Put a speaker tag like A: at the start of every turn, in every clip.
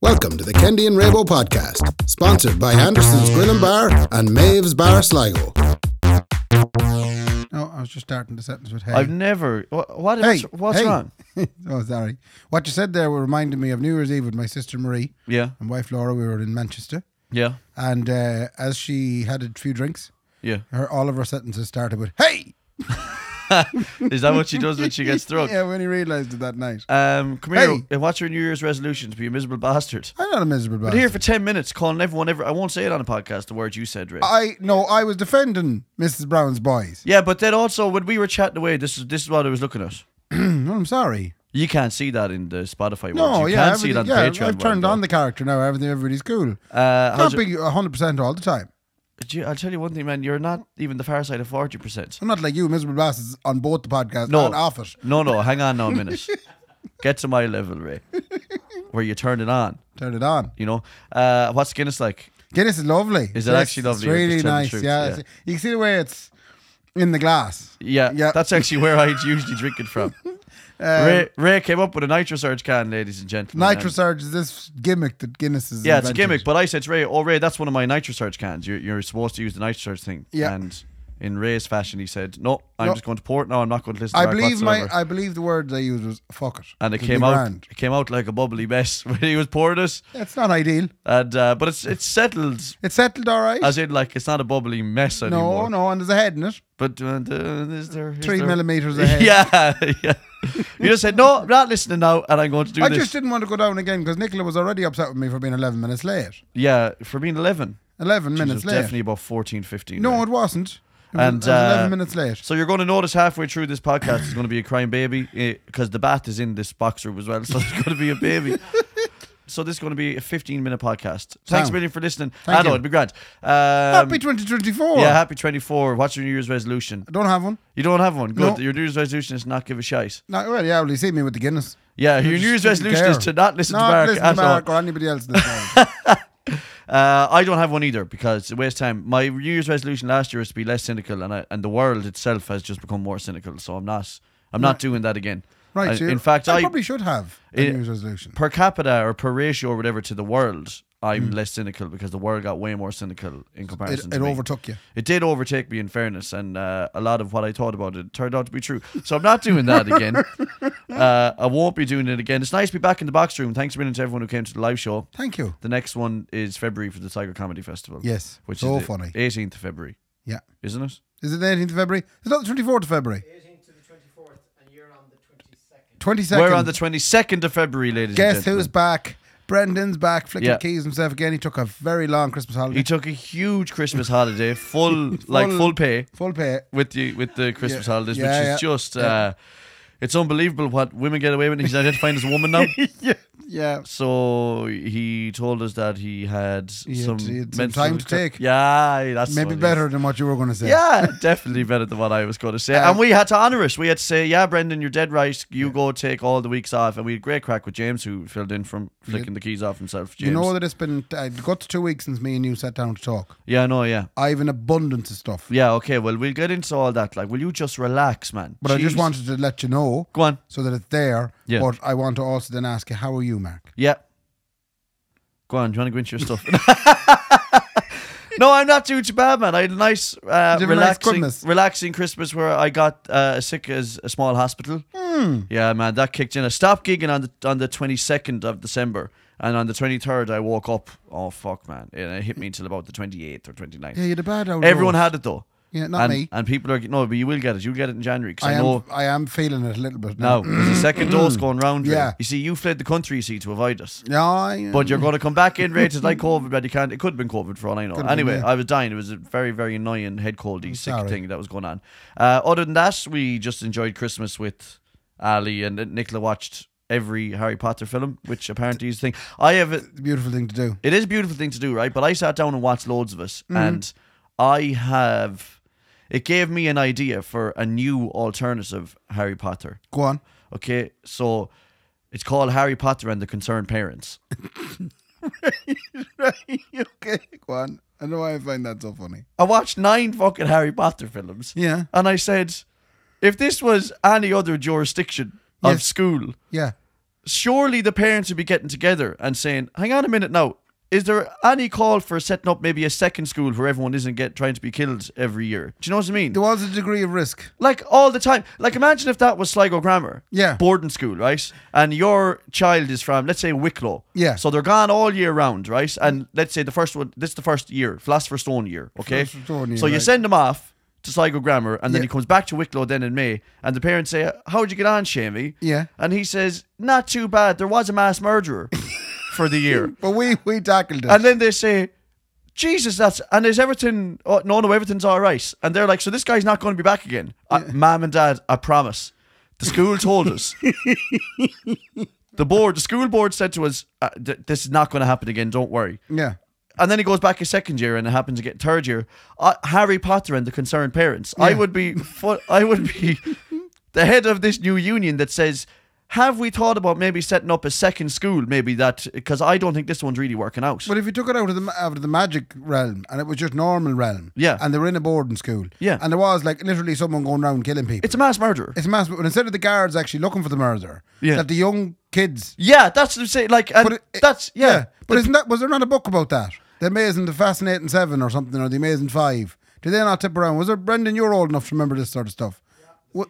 A: Welcome to the Kendi and Rabo podcast, sponsored by Anderson's Grill and Bar and Maeve's Bar Sligo.
B: No, Oh, I was just starting the sentence with hey.
C: I've never. What? what
B: hey,
C: is- what's
B: hey.
C: wrong?
B: oh, sorry. What you said there reminded me of New Year's Eve with my sister Marie
C: Yeah,
B: and wife Laura. We were in Manchester,
C: yeah,
B: and uh, as she had a few drinks,
C: yeah.
B: her all of her sentences started with hey.
C: Is that what she does when she gets drunk?
B: yeah, when he realised it that night,
C: Um, come here
B: Hey.
C: and what's your New Year's resolution to be a miserable bastard?
B: I'm not a miserable
C: But here
B: bastard.
C: for ten minutes, calling everyone ever. I won't say it on a podcast. The words you said, Ray.
B: I no, I was defending Mrs. Brown's boys.
C: yeah, but then also when we were chatting away, this is this is what I was looking at.
B: No, I'm sorry.
C: You can't see that in the Spotify.
B: No,
C: words. You
B: yeah,
C: can't see it on
B: everything- yeah,
C: the Patreon.
B: I've turned on the character now. Everything, everybody's cool.
C: Uh, how's
B: Can't
C: your-
B: be 100 percent all the time.
C: Do you- I'll tell you one thing, man. You're not even the far side of forty percent.
B: I'm not like you, miserable bastards, on both the podcast
C: No.
B: and off it.
C: No, no. Hang on, now a minute. Get to my level, Ray, where you turn it on.
B: Turn it on.
C: You know, uh, what's Guinness like?
B: Guinness is lovely.
C: Is it
B: Yes,
C: actually lovely?
B: It's
C: You're
B: really
C: just telling the
B: nice.
C: truth,
B: Yeah,
C: yeah.
B: it's- you can see the way it's in the glass.
C: Yeah,
B: Yeah.
C: that's actually where I'd usually drink it from.
B: Um,
C: Ray, Ray came up with a nitrosurge can, ladies and gentlemen. and-
B: Nitrosurge is this gimmick that Guinness is.
C: Yeah, it's a
B: invented.
C: gimmick, but I said to Ray, oh, Ray, that's one of my nitrosurge cans. You're, you're supposed to use the nitrosurge thing.
B: Yeah.
C: And in Ray's fashion, he said, no, I'm
B: No.
C: just going to pour it now. I'm not going to listen
B: I
C: to it
B: believe my.
C: whatsoever.
B: I believe the word they used was "fuck it,"
C: and it
B: It'll
C: came
B: be
C: out
B: grand.
C: it came out like a bubbly mess when he was pouring it.
B: It's not ideal.
C: And, uh, but it's it's settled,
B: It's settled all right.
C: as in, like, it's not a bubbly mess
B: no,
C: anymore.
B: no, and there's a head in it.
C: But uh, the- is there. is
B: Three
C: there-
B: millimeters a head.
C: Yeah, yeah. You just said, no, I'm not listening now, and I'm going to do
B: I
C: this.
B: just didn't want to go down again because Nicola was already upset with me for being 11 minutes late.
C: Yeah, for being 11.
B: 11
C: It
B: minutes
C: was
B: late.
C: definitely about 14, 15.
B: no,
C: right?
B: it wasn't. It was-
C: And,
B: it was
C: uh,
B: 11 minutes late.
C: So you're going to notice halfway through this podcast is going to be a crying baby because the bath is in this box room as well. So there's going to be a baby. so this is going to be a 15 minute podcast. Thanks
B: Sound.
C: a million for listening.
B: Thank
C: I know,
B: you.
C: it'd be grand. Um,
B: Happy 2024.
C: yeah, happy 24. What's your New Year's resolution?
B: I don't have one.
C: You don't have one.
B: No.
C: Good. Your New Year's resolution is not give a shite.
B: No, well, yeah, well, you see me with the Guinness.
C: Yeah, your
B: just
C: New Year's
B: didn't
C: resolution is
B: care.
C: to not listen
B: Not
C: to Mark
B: listen
C: at
B: to Mark
C: all.
B: or anybody else in this world.
C: Uh, I don't have one either because it wastes time. My New Year's resolution last year was to be less cynical, and I, and the world itself has just become more cynical. So I'm not I'm not doing that again.
B: Right.
C: I-
B: so
C: in fact, I,
B: probably should have a
C: It-
B: New Year's resolution.
C: per capita or per ratio or whatever to the world, I'm less cynical because the world got way more cynical in
B: Mm. It,
C: comparison.
B: it
C: to me.
B: overtook you.
C: It did overtake me, in fairness, and uh, a lot of what I thought about it turned out to be true. So I'm not doing that again. uh, I won't be doing it again. It's nice to be back in the box room. Thanks a million to everyone who came to the live show.
B: Thank you.
C: The next one is February for the Tiger Comedy Festival.
B: Yes.
C: which
B: so
C: is the
B: funny.
C: 18th of February,
B: yeah.
C: isn't it?
B: Is it the 18th of February? It's not the 24th of February.
D: 18th to the 24th, and you're on the 22nd.
B: 22nd.
C: We're on the 22nd of February, ladies. and
B: Guess
C: gentlemen.
B: who's back? Brendan's back, flicking
C: Yeah.
B: the keys himself again. He took a very long Christmas holiday.
C: He took a huge Christmas holiday, full like
B: Full-
C: full pay.
B: Full pay.
C: with the with the Christmas
B: Yeah.
C: holidays,
B: Yeah,
C: which
B: yeah.
C: is just uh, it's unbelievable what women get away with. He's identifying as a woman now,
B: Yeah.
C: so he told us that he
B: had-
C: had some,
B: he had some
C: menstrual
B: time to take.
C: Yeah, that's
B: Maybe
C: what it
B: better
C: is.
B: than what you were going to say.
C: Yeah, definitely better than what I was going to say. and we had to honour it. We had to say, "Yeah, Brendan, you're dead right. You go take all the weeks off." And we had a great crack with James, who filled in from flicking the keys off himself. James.
B: You know that it's been uh, got to two weeks since me and you sat down to talk.
C: yeah, no, yeah,
B: I have an abundance of stuff,
C: yeah. Okay, well, we'll get into all that. Like, will you just relax, man?
B: but I just
C: Jeez.
B: wanted to let you know
C: go on.
B: so that it's there.
C: Yeah.
B: But I want to also then ask you, how are you, Mark?
C: Yeah. Go on, do you want to go into your stuff? no, I'm not doing too bad, man. I had a nice, uh,
B: Did you have a nice
C: relaxing,
B: Christmas?
C: relaxing Christmas where I got uh, as sick as a small hospital.
B: Hmm.
C: Yeah, man, that kicked in. I stopped gigging on the on the 22nd of December, and on the 23rd I woke up. Oh fuck, man! And it hit me until about the 28th or 29th.
B: Yeah, you had a bad outdoors.
C: Everyone had it though.
B: Yeah, not
C: and,
B: me.
C: And people are no, but you will get it. You'll get it in January because
B: I
C: I,
B: am.
C: know
B: I am feeling it a little bit
C: now
B: now.
C: there's a second dose going round. Ray.
B: Yeah.
C: you see, you fled the country, you see, to avoid us.
B: Yeah, I,
C: But you're going to come back in rated like COVID, but you can't. It could have been COVID for all I know.
B: Could've been,
C: anyway,
B: yeah.
C: I was dying. It was a very, very annoying head coldy sick
B: sorry.
C: thing that was going on. Uh, other than that, we just enjoyed Christmas with Ali and Nicola watched every Harry Potter film, which apparently is the thing. I have. A,
B: it's a beautiful thing to do.
C: it is a beautiful thing to do, right? But I sat down and watched loads of it,
B: Mm-hmm.
C: and I have. It gave me an idea for a new alternative Harry Potter.
B: Go on.
C: Okay, so it's called Harry Potter and the Concerned Parents.
B: okay, go on. I know why I find that so funny.
C: I watched nine fucking Harry Potter films.
B: Yeah.
C: And I said, if this was any other jurisdiction of
B: Yes.
C: school,
B: Yeah.
C: surely the parents would be getting together and saying, "Hang on a minute now." Is there any call for setting up maybe a second school where everyone isn't get trying to be killed every year? Do you know what I mean?
B: There was a degree of risk.
C: Like all the time. Like imagine if that was Sligo Grammar.
B: Yeah.
C: Boarding school, right? And your child is from, let's say, Wicklow.
B: Yeah.
C: So they're gone all year round, right? And let's say the first one, this is the first year, Philosopher's Stone year, okay?
B: Philosopher's Stone year,
C: so you
B: right.
C: send him off to Sligo Grammar and then
B: Yeah.
C: he comes back to Wicklow then in May. And the parents say, How'd you get on, Shamey?
B: Yeah.
C: And he says, Not too bad. There was a mass murderer for the year.
B: But we, we tackled it.
C: And then they say, Jesus, that's and is everything? Oh, no, no, everything's all right. And they're like, so this guy's not going to be back again. Uh, Mom and Dad, I promise. The school told us. the board, the school board said to us, uh, th- this is not going to happen again. Don't worry.
B: yeah.
C: And then he goes back a second year, and it happens again third year. Uh, Harry Potter and the concerned parents. I would be, fu- I would be, the head of this new union that says, have we thought about maybe setting up a second school? Maybe that because I don't think this one's really working out.
B: But if you took it out of the ma- out of the magic realm and it was just normal realm,
C: Yeah.
B: and they were in a boarding school,
C: Yeah.
B: and there was like literally someone going around killing people.
C: It's a mass murderer.
B: It's massive. But instead of the guards actually looking for the murderer,
C: Yeah.
B: that the young kids.
C: yeah, that's the same. Like, and
B: But it- it-
C: that's yeah.
B: But isn't that was there not a book about that? The Amazing, the Fascinating Seven, or something, or the Amazing Five? Did they not tip around? Was there Brendan? You're old enough to remember this sort of stuff. What-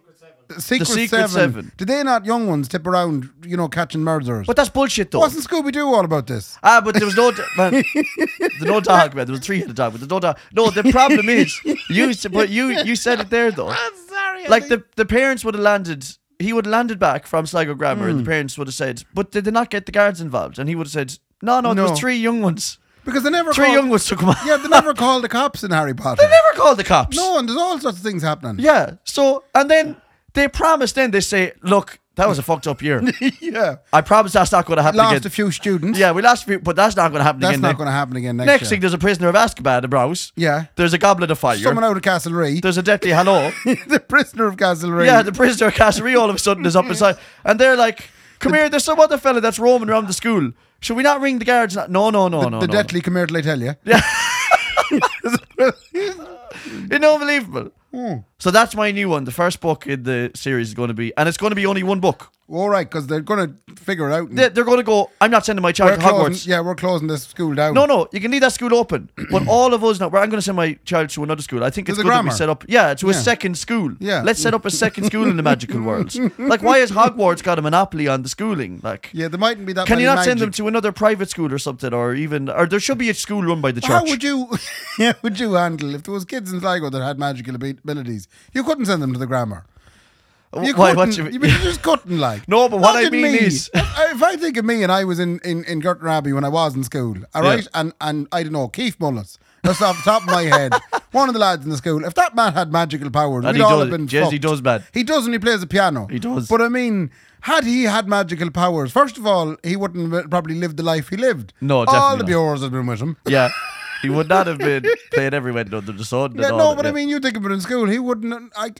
B: The Secret,
C: Secret
B: Seven.
C: Seven.
B: Did they not young ones tip around? You know, catching murderers.
C: But that's bullshit, though.
B: wasn't Scooby Doo all about this?
C: Ah, but there was no d- man. There's no dog, man. There was three headed dog, but there's no dog. No, the problem is you. s- But you, you said it there though. I'm sorry. Like the, the parents would have landed. He would have landed back from Sligo Grammar,
B: Hmm.
C: and the parents would have said, "But did they not get the guards involved?" And he would have said, "No, no, there
B: No.
C: was three young ones.
B: Because they never
C: Three
B: called,
C: young ones took him out.
B: Yeah, they never called the cops in Harry Potter.
C: Never called the cops.
B: No, and there's all sorts of things happening.
C: Yeah. So and then they promise. Then they say, "Look, that was a fucked up year.
B: yeah.
C: I promise that's not going to happen
B: Lost
C: again."
B: a few students.
C: Yeah, we last few, but that's not going to happen
B: That's
C: again.
B: not
C: Nick.
B: going to happen again next,
C: Next
B: year.
C: thing, there's a prisoner of Azkaban in Browse.
B: Yeah.
C: There's a goblet of fire.
B: Someone out of Castlereagh.
C: there's a deadly hello.
B: the prisoner of Castlereagh.
C: yeah, the prisoner of Casserie all of a sudden is up inside. And they're like, come here, there's some other fella that's roaming around the school. Should we not ring the guards? No, no, no, no,
B: the
C: no.
B: deadly come here till I tell you.
C: It's unbelievable.
B: Hmm.
C: So that's my new one. The first book in the series is going to be, and it's going to be only one book.
B: All right, because they're going to figure it out. and
C: They- They're going to go, I'm not sending my
B: we're
C: child to Hogwarts.
B: closing, yeah, we're closing this school down.
C: No, no, you can leave that school open. But all of us now, well, I'm going to send my child to another school. I think it's
B: the
C: good that we
B: grammar.
C: set up, yeah, to a
B: Yeah.
C: second school.
B: Yeah.
C: let's set up a second school in the magical worlds. Like, why has Hogwarts got a monopoly on the schooling? Like,
B: Yeah, there mightn't be that
C: can you
B: many
C: not send them
B: magic-
C: to another private school or something, or even, or there should be a school run by the church?
B: How would you how would you handle if there was kids in Sligo that had magical abi- abilities? You couldn't send them to the grammar. You
C: Why,
B: couldn't.
C: what you-
B: you, mean, you just couldn't like.
C: No, but what I
B: Imagine
C: mean
B: me.
C: is-
B: if if I think of me and I was in in in Girton Abbey when I was in school, all
C: Yeah.
B: right, and and I don't know Keith Mullis, just off the top of my head, one of the lads in the school. If that man had magical powers,
C: And
B: we'd
C: he
B: all
C: does-
B: have been.
C: yes, he
B: fucked.
C: does, man.
B: He does, and he plays the piano.
C: He does.
B: But I mean. Had he had magical powers, first of all, he wouldn't have probably lived the life he lived.
C: No,
B: All
C: definitely
B: the
C: not.
B: bureaus had been with him.
C: yeah, he would not have been playing every window under the sun.
B: Yeah,
C: and all
B: no,
C: that,
B: but
C: yeah.
B: I mean, you think about it in school, he wouldn't. I,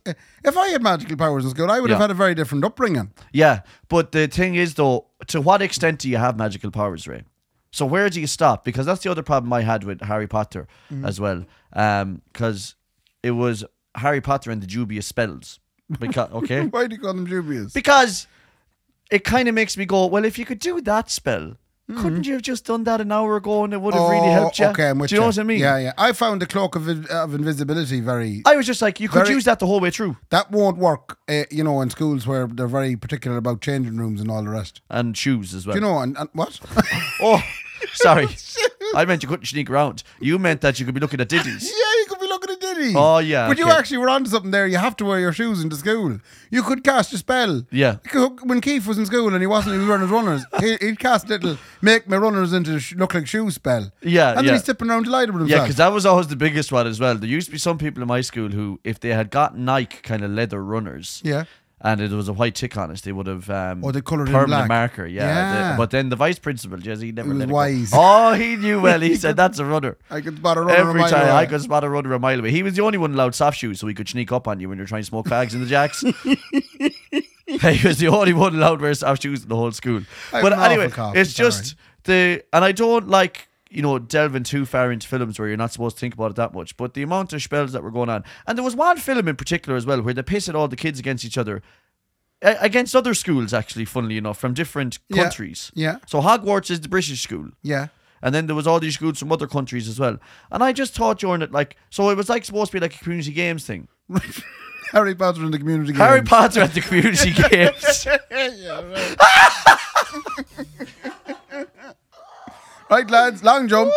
B: if I had magical powers in school, I would have
C: Yeah.
B: had a very different upbringing.
C: Yeah, but the thing is, though, to what extent do you have magical powers, Ray? So where do you stop? Because that's the other problem I had with Harry Potter
B: Mm-hmm.
C: as well, because it was Harry Potter and the dubious spells. Because okay,
B: Why do you call them dubious?
C: because it kind of makes me go, well, if you could do that spell, couldn't you have just done that an hour ago and it would have really helped you?
B: Hmm. Oh, Okay, I'm with
C: do you know what I mean?
B: Yeah, yeah. I found the cloak of, in- of invisibility very.
C: I was just like, you could
B: Very-
C: use that the whole way through.
B: that won't work, uh, you know, in schools where they're very particular about changing rooms and all the rest.
C: And shoes as well.
B: You know, and, and what?
C: oh, sorry. I meant you couldn't sneak around. You meant that you could be looking at
B: yeah,
C: ditties.
B: you could be looking at Diddy.
C: Oh, yeah,
B: But you
C: okay.
B: actually were onto something there. You have to wear your shoes into school. You could cast a spell.
C: Yeah.
B: When Keith was in school and he wasn't, he was wearing his runners. He, he'd cast little make my runners into sh- look like shoes spell.
C: Yeah,
B: And
C: yeah.
B: then he's tipping around delighted with
C: Yeah,
B: himself.
C: because that was always the biggest one as well. There used to be some people in my school who, if they had got Nike kind of leather runners,
B: Yeah.
C: and it was a white tick on it, they would have um,
B: Oh, they coloured it in black.
C: permanent marker. Yeah, they-
B: Yeah.
C: but then the vice principal, Jesse, he never
B: was
C: let it go.
B: wise.
C: Oh, he knew well. He said that's a runner.
B: I could spot a runner a
C: Every
B: mile
C: time
B: away.
C: I could spot a runner a mile away. He was the only one allowed soft shoes, so he could sneak up on you when you're trying to smoke fags in the jacks. he was the only one allowed to wear soft shoes in the whole school.
B: I'm an
C: but
B: awful
C: anyway,
B: cop,
C: it's
B: it's all
C: just the and I don't like you know delving too far into films where you're not supposed to think about it that much. But the amount of spells that were going on, and there was one film in particular as well where they pissed all the kids against each other. a- against other schools, actually, funnily enough, from different
B: Yeah.
C: countries.
B: Yeah.
C: So Hogwarts is the British school.
B: Yeah.
C: And then there was all these schools from other countries as well. And I just thought during it, like, so it was like supposed to be like a community games thing.
B: Harry Potter and the community
C: Harry
B: games.
C: Potter at the community games.
B: Right, lads, long jump.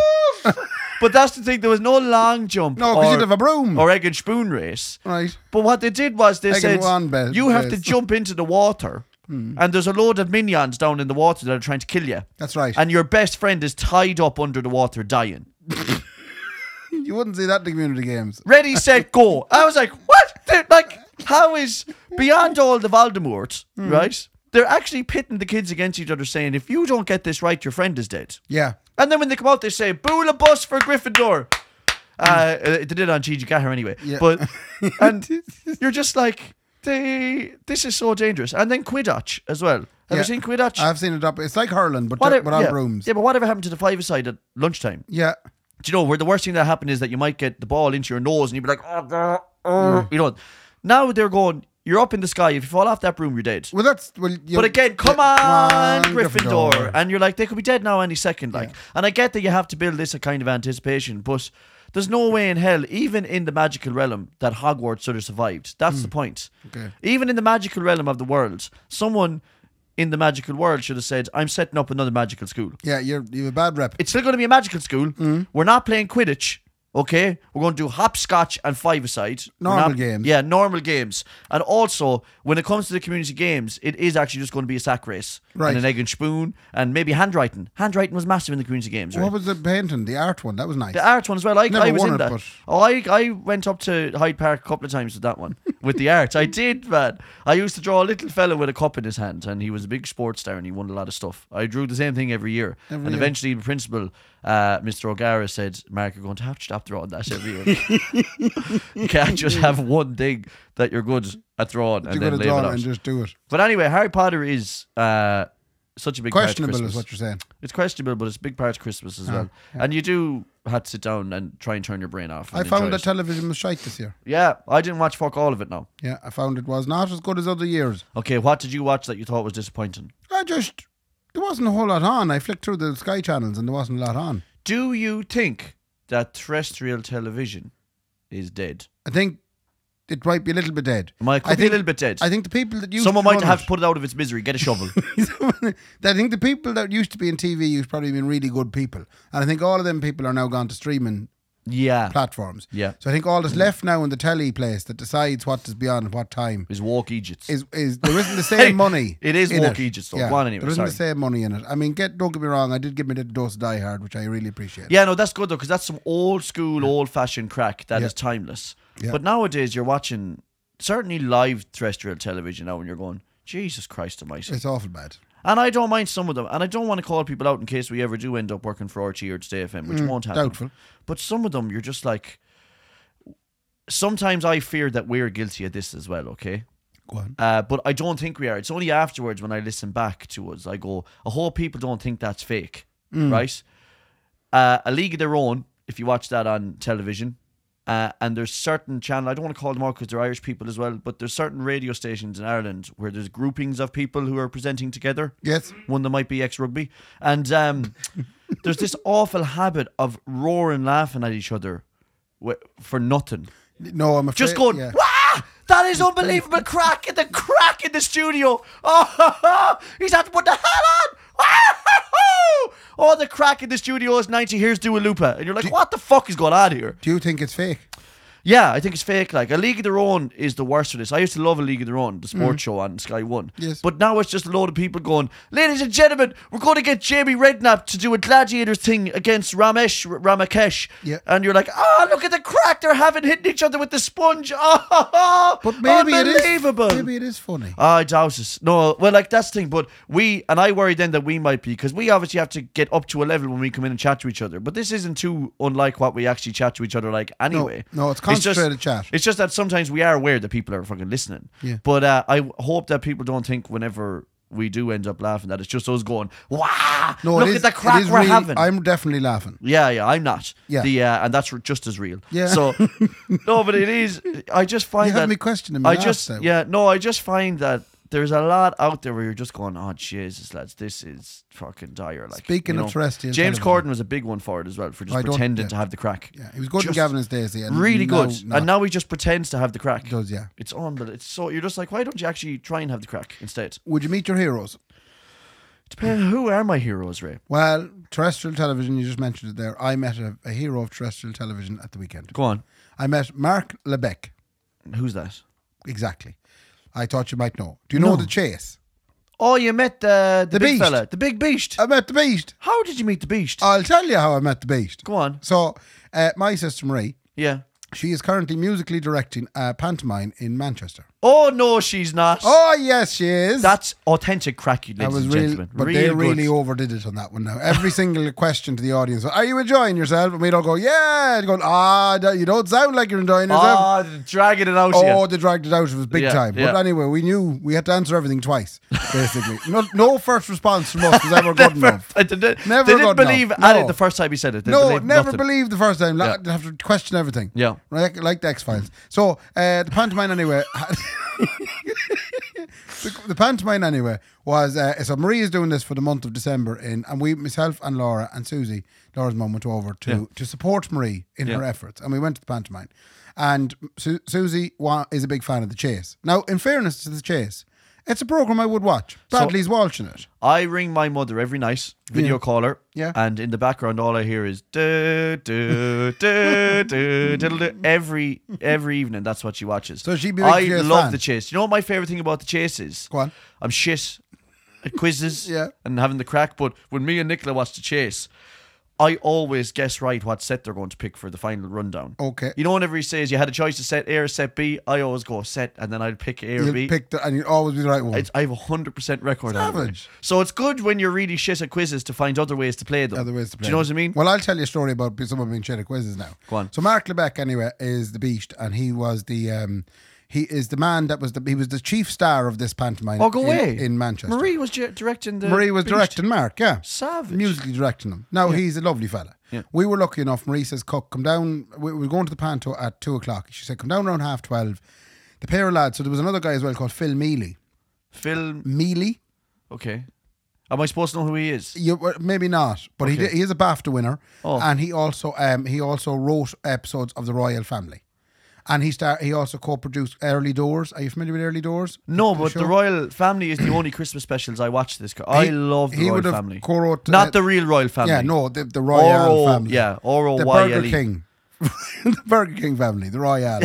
C: But that's the thing, there was no long jump
B: No, because
C: or,
B: you'd have a broom.
C: or egg and spoon race.
B: Right.
C: But what they did was they
B: Egg and
C: said,
B: wand ba-
C: you have to
B: race." Hmm.
C: jump into the water. And there's a load of minions down in the water that are trying to kill you.
B: That's right.
C: And your best friend is tied up under the water dying.
B: You wouldn't see that in the community games.
C: Ready, set, go. I was like, what? They're, like, how is beyond all the Voldemort,
B: Hmm.
C: right? They're actually pitting the kids against each other, saying, if you don't get this right, your friend is dead.
B: Yeah.
C: And then when they come out, they say, Boo la bus for Gryffindor. Uh, uh, they did it on Gigi Gahar anyway.
B: Hmm. Yeah.
C: But and you're just like, they this is so dangerous. And then Quidditch as well. Have
B: Yeah.
C: you seen Quidditch?
B: I've seen it up. It's like hurling, but
C: Whatever-
B: without
C: yeah.
B: brooms.
C: Yeah, but whatever happened to the five aside at lunchtime?
B: Yeah.
C: Do you know where the worst thing that happened is that you might get the ball into your nose and you'd be like, oh, no, oh," you know. Now they're going, you're up in the sky. If you fall off that broom, you're dead.
B: Well, that's. Well, you,
C: But again, come on, Gryffindor. And you're like, they could be dead now any second. Like, and I get that you have to build this a kind of anticipation, but there's no way in hell, even in the magical realm, that Hogwarts sort of survived. That's the point.
B: Okay.
C: Even in the magical realm of the world, someone in the magical world should have said, "I'm setting up another magical school."
B: Yeah, you're, you have a bad rep.
C: It's still going to be a magical school.
B: Mm.
C: We're not playing Quidditch. Okay, we're going to do hopscotch and five-a-side. We're
B: Normal
C: not-
B: games.
C: Yeah, normal games. And also, when it comes to the community games, it is actually just going to be a sack race
B: Right.
C: and an egg and spoon and maybe handwriting. Handwriting was massive in the community games. Right?
B: What was the painting? The art one. That was nice.
C: the art one as well. I,
B: Never
C: I was
B: won
C: in
B: it,
C: that.
B: but-
C: Oh, I, I went up to Hyde Park a couple of times with that one, with the art. I did, man. I used to draw a little fella with a cup in his hand, and he was a big sports star and he won a lot of stuff. I drew the same thing every year. and
B: year.
C: eventually, the principal, uh, Mr. O'Gara, said, Mark, you're going to have to stop drawing that every year. you can't just have one thing that you're good at drawing
B: you
C: and
B: could
C: then
B: have
C: label
B: drawn it
C: out.
B: and just do it.
C: But anyway, Harry Potter is uh, such a big part of
B: Questionable is
C: Christmas.
B: what you're saying.
C: It's questionable, but it's a big part of Christmas
B: Uh,
C: as well. And you do have to sit down and try and turn your brain off. and
B: I found
C: enjoy
B: that
C: it.
B: television was shite this year.
C: yeah, I didn't watch fuck all of it now.
B: Yeah, I found it was not as good as other years.
C: Okay, what did you watch that you thought was disappointing?
B: I just there wasn't a whole lot on. I flicked through the Sky channels and there wasn't a lot on.
C: Do you think that terrestrial television is dead?
B: I think it might be a little bit dead.
C: Might
B: I
C: could be a
B: think,
C: little bit dead.
B: I think the people that used
C: Someone
B: to
C: might
B: run
C: have to
B: it-
C: put it out of its misery. Get a shovel.
B: I think the people that used to be in TV used probably been really good people, and I think all of them people are now gone to streaming
C: yeah,
B: platforms.
C: Yeah.
B: So I think all that's left now in the telly place that decides what is beyond what time
C: is walk Egypt.
B: is is there isn't the same
C: Hey,
B: money.
C: it is
B: in
C: walk Egypt, so go on anyway,
B: There isn't the
C: sorry.
B: same money in it. I mean, get don't get me wrong. I did give me a little dose of Die Hard, which I really appreciate.
C: Yeah, no, that's good though, because that's some old school, old fashioned crack that is
B: Yeah.
C: timeless.
B: Yeah.
C: But nowadays, you're watching certainly live terrestrial television now, and you're going, Jesus Christ Almighty.
B: It's awful bad.
C: And I don't mind some of them, and I don't want to call people out in case we ever do end up working for RT or Today FM, which won't happen.
B: doubtful.
C: But some of them, you're just like. Sometimes I fear that we're guilty of this as well. Okay.
B: Go on.
C: Uh, but I don't think we are. It's only afterwards when I listen back to us, I go, I hope people don't think that's fake, right? Uh, a League of Their Own, if you watch that on television, uh, and there's certain channel, I don't want to call them out because they're Irish people as well, but there's certain radio stations in Ireland where there's groupings of people who are presenting together.
B: Yes.
C: One that might be ex rugby. And um, there's this awful habit of roaring, laughing at each other wi- for nothing
B: No, I'm afraid.
C: just going,
B: yeah.
C: "Wah! That is unbelievable crack in the crack in the studio. Oh, he's had to put the hat on. Wah-hoo-hoo! Oh, the crack in the studio is 90. Here's Dua Lupa. And you're like, what the fuck is going on here?
B: Do you think it's fake?
C: Yeah, I think it's fake. Like, A League of Their Own is the worst for this. I used to love A League of Their Own, the sports show on Sky One.
B: Mm. Yes.
C: But now it's just a load of people going, ladies and gentlemen, we're going to get Jamie Redknapp to do a gladiator thing against Ramesh Ramakesh.
B: Yeah.
C: And you're like, oh, look at the crack they're having hitting each other with the sponge. Oh,
B: But maybe it is.
C: unbelievable. Uh,
B: Maybe it is funny.
C: I doubt it. "Ah, No, well, like that's the thing. But we and I worry then that we might be because we obviously have to get up to a level when we come in and chat to each other. But this isn't too unlike what we actually chat to each other like anyway.
B: no, it's
C: just-
B: concentrated chat.
C: It's just that sometimes we are aware that people are fucking listening.
B: Yeah.
C: But uh, I w- hope that people don't think whenever we do end up laughing that it's just us going, "Wow,
B: no,
C: look
B: it is,
C: at the
B: it
C: crack
B: is
C: we're
B: really-
C: having."
B: I'm definitely laughing.
C: Yeah, yeah, I'm not.
B: Yeah.
C: The uh, and that's r- just as real.
B: Yeah.
C: So no, but it is. I just find
B: You had
C: that
B: me questioning me
C: I
B: last
C: just
B: time.
C: yeah no, I just find that there's a lot out there where you're just going, oh Jesus, lads, this is fucking dire. Like
B: Speaking
C: you
B: of terrestrial
C: James
B: television. Oh,
C: Corden was a big one for it as well for just
B: I don't-
C: pretending
B: yeah.
C: to have the crack.
B: Yeah, he was good in
C: Just
B: Gavin and Stacey. And
C: really
B: now
C: good,
B: not.
C: and now he just pretends to have the crack.
B: does, yeah.
C: It's on, but it's so you're just like, why don't you actually try and have the crack instead?
B: Would you meet your heroes?
C: Depend- who are my heroes, Ray?
B: Well, terrestrial television, you just mentioned it there. I met a, a hero of terrestrial television at the weekend.
C: Go on,
B: I met Mark Lebec.
C: who's that?
B: Exactly. I thought you might know. Do you know The Chase?
C: Oh, you met the the,
B: The
C: big
B: Beast.
C: fella, the big beast.
B: I met The Beast.
C: How did you meet the beast? Uh,
B: I'll tell you how I met The Beast.
C: Go on.
B: So, uh, my sister Marie,
C: Yeah.
B: she is currently musically directing a pantomime in Manchester.
C: Oh no, she's not.
B: Oh, yes, she is.
C: That's authentic crack, you
B: I
C: ladies
B: was
C: and
B: really,
C: gentlemen.
B: but
C: Real
B: they
C: good.
B: really overdid it on that one. Now every single question to the audience: was, "Are you enjoying yourself?" And we'd all go, "Yeah." And going, "Ah, d- you don't sound like you're enjoying yourself."
C: Ah, dragging it out. to
B: oh,
C: you.
B: they dragged it out. It was big
C: Yeah,
B: time. But
C: yeah.
B: anyway, we knew we had to answer everything twice, basically. no, no first response from us was ever good enough.
C: I did, they
B: Never
C: didn't
B: good enough.
C: believe at
B: No.
C: it the first time he said it. They
B: no,
C: believed
B: never
C: nothing.
B: believed the first time. Like,
C: Yeah.
B: they have to question everything.
C: Yeah.
B: Like, like the X Files. So, uh, the pantomime anyway. the, the pantomime anyway was uh, so Marie is doing this for the month of December in, and we, myself and Laura and Susie, Laura's mum went over to
C: Yeah.
B: to support Marie in her
C: Yeah.
B: efforts, and we went to the pantomime. And Su- Susie wa- is a big fan of the Chase. Now, in fairness to the Chase, it's a program I would watch. Bradley's watching it.
C: I ring my mother every night, video caller.
B: Yeah.
C: And in the background, all I hear is do do do do diddle do every every evening. That's what she watches.
B: So she'd be a big
C: I
B: Chase
C: love
B: fan.
C: the chase. You know what my favorite thing about the chase is?
B: Go on.
C: I'm shit at quizzes.
B: Yeah.
C: And having the crack, but when me and Nicola watch the chase. I always guess right what set they're going to pick for the final rundown.
B: Okay.
C: You know, whenever he says you had a choice to set A or set B, I always go set, and then I'd pick A or
B: You'll
C: B.
B: pick the, and you'll always be the right one.
C: It's, I have a hundred percent record. on it.
B: Savage.
C: So it's good when you're really shit at quizzes to find other ways to play them.
B: other ways to play.
C: Do you know
B: it.
C: what I mean?
B: Well, I'll tell you a story about someone being shit at quizzes now.
C: Go on.
B: So Mark Lebec, anyway, is the beast, and he was the um, he is the man that was the he was the chief star of this pantomime.
C: oh, go
B: in,
C: away
B: in Manchester.
C: Marie was dir- directing the.
B: Marie was
C: Beast.
B: directing Mark, yeah.
C: Savage.
B: Musically directing him. Now, he's a lovely fella. We were lucky enough. Marie says, Cook, come down. We we were going to the panto at two o'clock. She said, come down around half 12. The pair of lads, so there was another guy as well called Phil Mealy.
C: Film.
B: Mealy?
C: Okay. Am I supposed to know who he is?
B: You, well, maybe not, but he
C: Okay.
B: did, he is a BAFTA winner,
C: Oh.
B: and he also um he also wrote episodes of the Royal Family, and he star he also co-produced Early Doors. Are you familiar with Early Doors?
C: No, but the
B: show?
C: royal family is the only Christmas specials I watch. This guy, I
B: He-
C: love the
B: he
C: royal
B: would have
C: family.
B: co-wrote,
C: Not
B: uh,
C: the real royal family.
B: Yeah, no, the the Royal
C: Oro-
B: Family.
C: Oh, yeah, Oro
B: the
C: YLE.
B: Burger King, the Burger King family, the Royal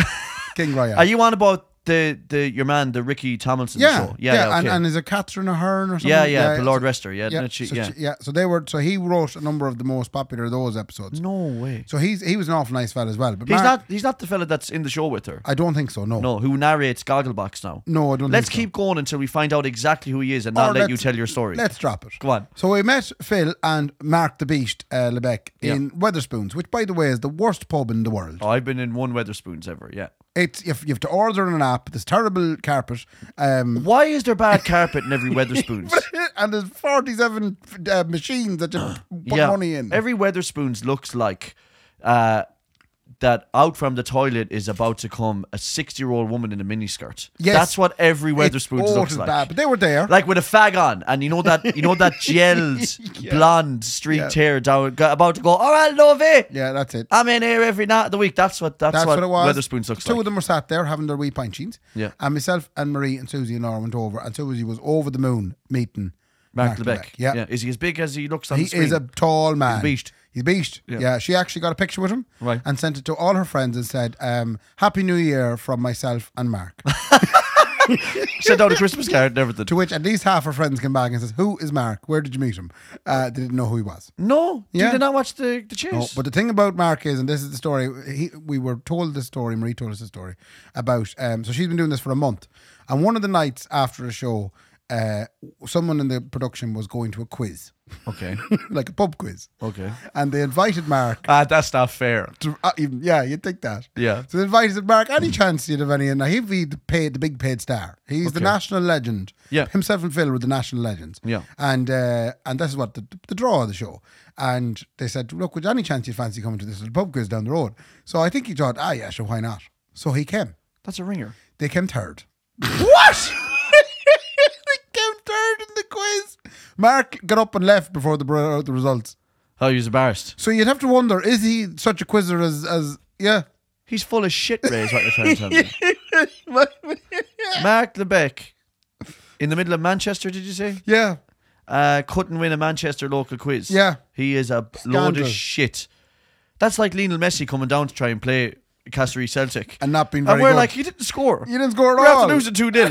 B: King Royal.
C: Are you on about the the your man the Ricky Tomlinson
B: yeah,
C: show?
B: yeah, and,
C: okay.
B: and is it Catherine O'Hearn or something?
C: yeah, yeah, the
B: so-
C: Lord Rester. Yeah,
B: Yeah,
C: didn't she-
B: so
C: yeah.
B: she- yeah. So they were. So he wrote a number of the most popular of those episodes.
C: No way.
B: So he's he was an awful nice fella as well. But
C: He's
B: Mark-
C: not. He's not the fella that's in the show with her.
B: I don't think so. No.
C: No, who narrates Gogglebox now?
B: No, I don't
C: Let's
B: think so.
C: keep going until we find out exactly who he is and
B: Or
C: not let you
B: let's-
C: tell your story.
B: Let's drop it.
C: Go on.
B: So we met Phil and Mark the Beast uh, Lebec
C: Yeah.
B: in Weatherspoons, which, by the way, is the worst pub in the world.
C: Oh, I've been in one Weatherspoons ever, yeah.
B: It's if you have to order on an app. This terrible carpet, um,
C: Why is there bad carpet in every Weatherspoons?
B: and there's forty-seven uh, machines that you put
C: yeah.
B: money in.
C: Every Weatherspoons looks like uh, that out from the toilet is about to come a 60 year old woman in a miniskirt.
B: Yes.
C: That's what every
B: It's
C: Weatherspoons
B: all
C: looks
B: as
C: like.
B: bad, but they were there.
C: Like with a fag on, and you know that you know that gelled blonde streaked hair down, go- about to go. All right, love it.
B: yeah, that's it.
C: I'm in here every night of the week. That's what that's,
B: That's
C: what,
B: what, it was.
C: Weatherspoons looks
B: Two
C: like.
B: of them were sat there having their wee pinchings.
C: Yeah.
B: And myself and Marie and Susie and Laura went over, and Susie was over the moon meeting
C: Mark, Lebec.
B: Yeah.
C: Is he as big as he looks on
B: He
C: the screen?
B: is a tall man.
C: beast.
B: He's a beast. Yeah.
C: Yeah.
B: She actually got a picture with him
C: Right.
B: and sent it to all her friends and said, um, Happy New Year from myself and Mark.
C: Sent out a Christmas card and everything.
B: to which at least half her friends came back and says, Who is Mark? Where did you meet him? Uh, they didn't know who he was.
C: No,
B: Yeah.
C: did they not watch the the chase?
B: No, but the thing about Mark is, and this is the story, he, we were told this story, Marie told us the story about, um, so she's been doing this for a month. And one of the nights after a show, uh, someone in the production was going to a quiz,
C: okay,
B: like a pub quiz.
C: okay.
B: And they invited Mark
C: Ah, that's not fair.
B: to, uh, even- yeah, you'd think that.
C: Yeah.
B: So the advice is, Mark, any chance you'd have any in there? He'd be the, paid, the big paid star. He's the
C: Okay.
B: national legend.
C: Yeah.
B: Himself and Phil were the national legends.
C: Yeah.
B: And uh, and this is what the, the draw of the show. And they said, look, would any chance you'd fancy coming to this little pub quiz down the road? So I think he thought, ah, yeah, sure, why not? So he came.
C: That's a ringer.
B: They came third.
C: What?
B: Mark got up and left before they brought out the results.
C: Oh, he was embarrassed.
B: So you'd have to wonder: is he such a quizzer as as yeah?
C: He's full of shit, Ray, is what you're trying to tell me. Mark Lebeck, in the middle of Manchester, did you say?
B: Yeah,
C: uh, couldn't win a Manchester local quiz.
B: Yeah.
C: He is a load
B: Scandal.
C: of shit. That's like Lionel Messi coming down to try and play Castlereagh Celtic.
B: and not being
C: And
B: very
C: we're
B: good.
C: like, he didn't score.
B: you didn't score at
C: we're
B: all.
C: after losing 2 0.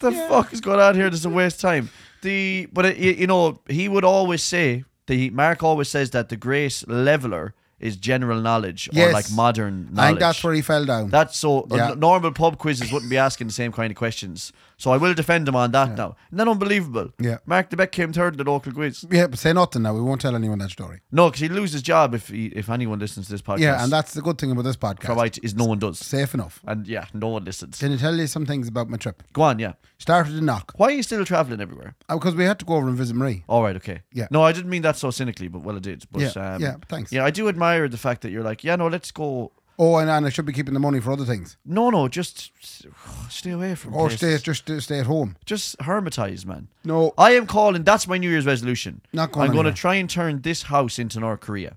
C: the fuck is going on here? This is a waste of time. The But, it, you you know, he would always say, the Mark always says that the grace leveler is general knowledge or
B: Yes.
C: like modern knowledge.
B: I think that's where he fell down.
C: That's so uh,
B: Yeah.
C: n- normal pub quizzes wouldn't be asking the same kind of questions. So I will defend him on that now. Isn't that unbelievable?
B: Yeah.
C: Mark Debeck came third in the local quiz.
B: yeah, but say nothing now. We won't tell anyone that story.
C: No, because he'd lose his job if he, if anyone listens to this podcast.
B: Yeah, and that's the good thing about this podcast.
C: From IT is no one does.
B: Safe enough.
C: And yeah, no one listens.
B: Can I tell you some things about my trip?
C: Go on, yeah.
B: Started in Knock
C: Why are you still travelling everywhere?
B: because we had to go over and visit Marie.
C: All right, okay.
B: Yeah.
C: No, I didn't mean that so cynically, but well, I did. But,
B: Yeah,
C: um,
B: yeah, thanks.
C: Yeah, I do admire the fact that you're like, yeah, no, let's go.
B: Oh, and, and I should be keeping the money for other things,
C: No, no, just s- stay away from.
B: or Oh, stay
C: places.
B: just stay at home. Uh,
C: just hermitize, man.
B: No.
C: I am calling. That's my New Year's resolution.
B: Not going
C: I'm going to
B: anywhere.
C: try and turn this house into North Korea.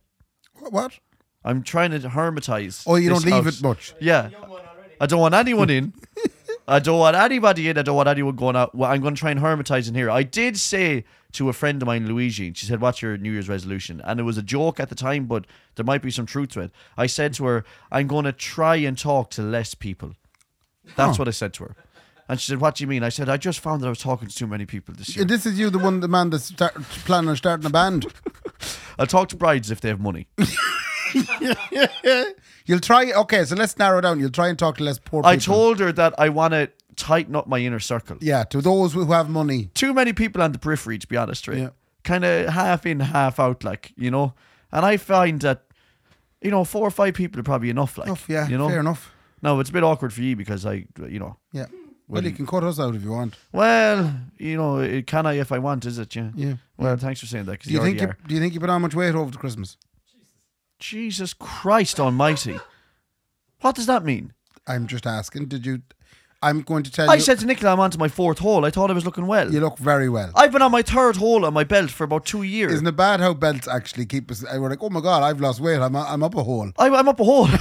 B: What?
C: I'm trying to hermitize.
B: Oh, you
C: this
B: don't leave
C: house.
B: it much.
C: Yeah,
D: Young one already.
C: I don't want anyone in. I don't want anybody in. I don't want anyone going out. Well, I'm going to try and hermitize in here. I did say to a friend of mine, Luigi, and she said, What's your New Year's resolution? And it was a joke at the time, but there might be some truth to it. I said to her, I'm going to try and talk to less people. That's what I said to her. And she said, What do you mean? I said, I just found that I was talking to too many people this year.
B: This is you, the one, the man that's start, planning on starting a band.
C: I'll talk to brides if they have money.
B: You'll try. Okay, so let's narrow down. You'll try and talk to less poor people.
C: I told her that I want to tighten up my inner circle.
B: Yeah, to those who have money.
C: Too many people on the periphery, to be honest, right?
B: Yeah.
C: Kind of half in, half out, like, you know? And I find that, you know, four or five people are probably enough, like,
B: Enough, yeah,
C: you know?
B: fair enough.
C: No, it's a bit awkward for you because I, you know,
B: Yeah. Well, you can cut us out if you want.
C: well, you know, it can I if I want, is it? Yeah.
B: Yeah.
C: Well, thanks for saying that because
B: Do
C: you,
B: you
C: already
B: think you,
C: are.
B: do you think you put on much weight over the Christmas?
C: Jesus Christ Almighty. What does that mean?
B: I'm just asking. Did you? I'm going to tell
C: I
B: you.
C: said to Nicola, I'm onto my fourth hole. I thought I was looking well.
B: you look very well.
C: I've been on my third hole on my belt for about two years.
B: Isn't it bad how belts actually keep us? We're like, oh my god, I've lost weight. I'm I'm up a hole.
C: I, I'm up a hole.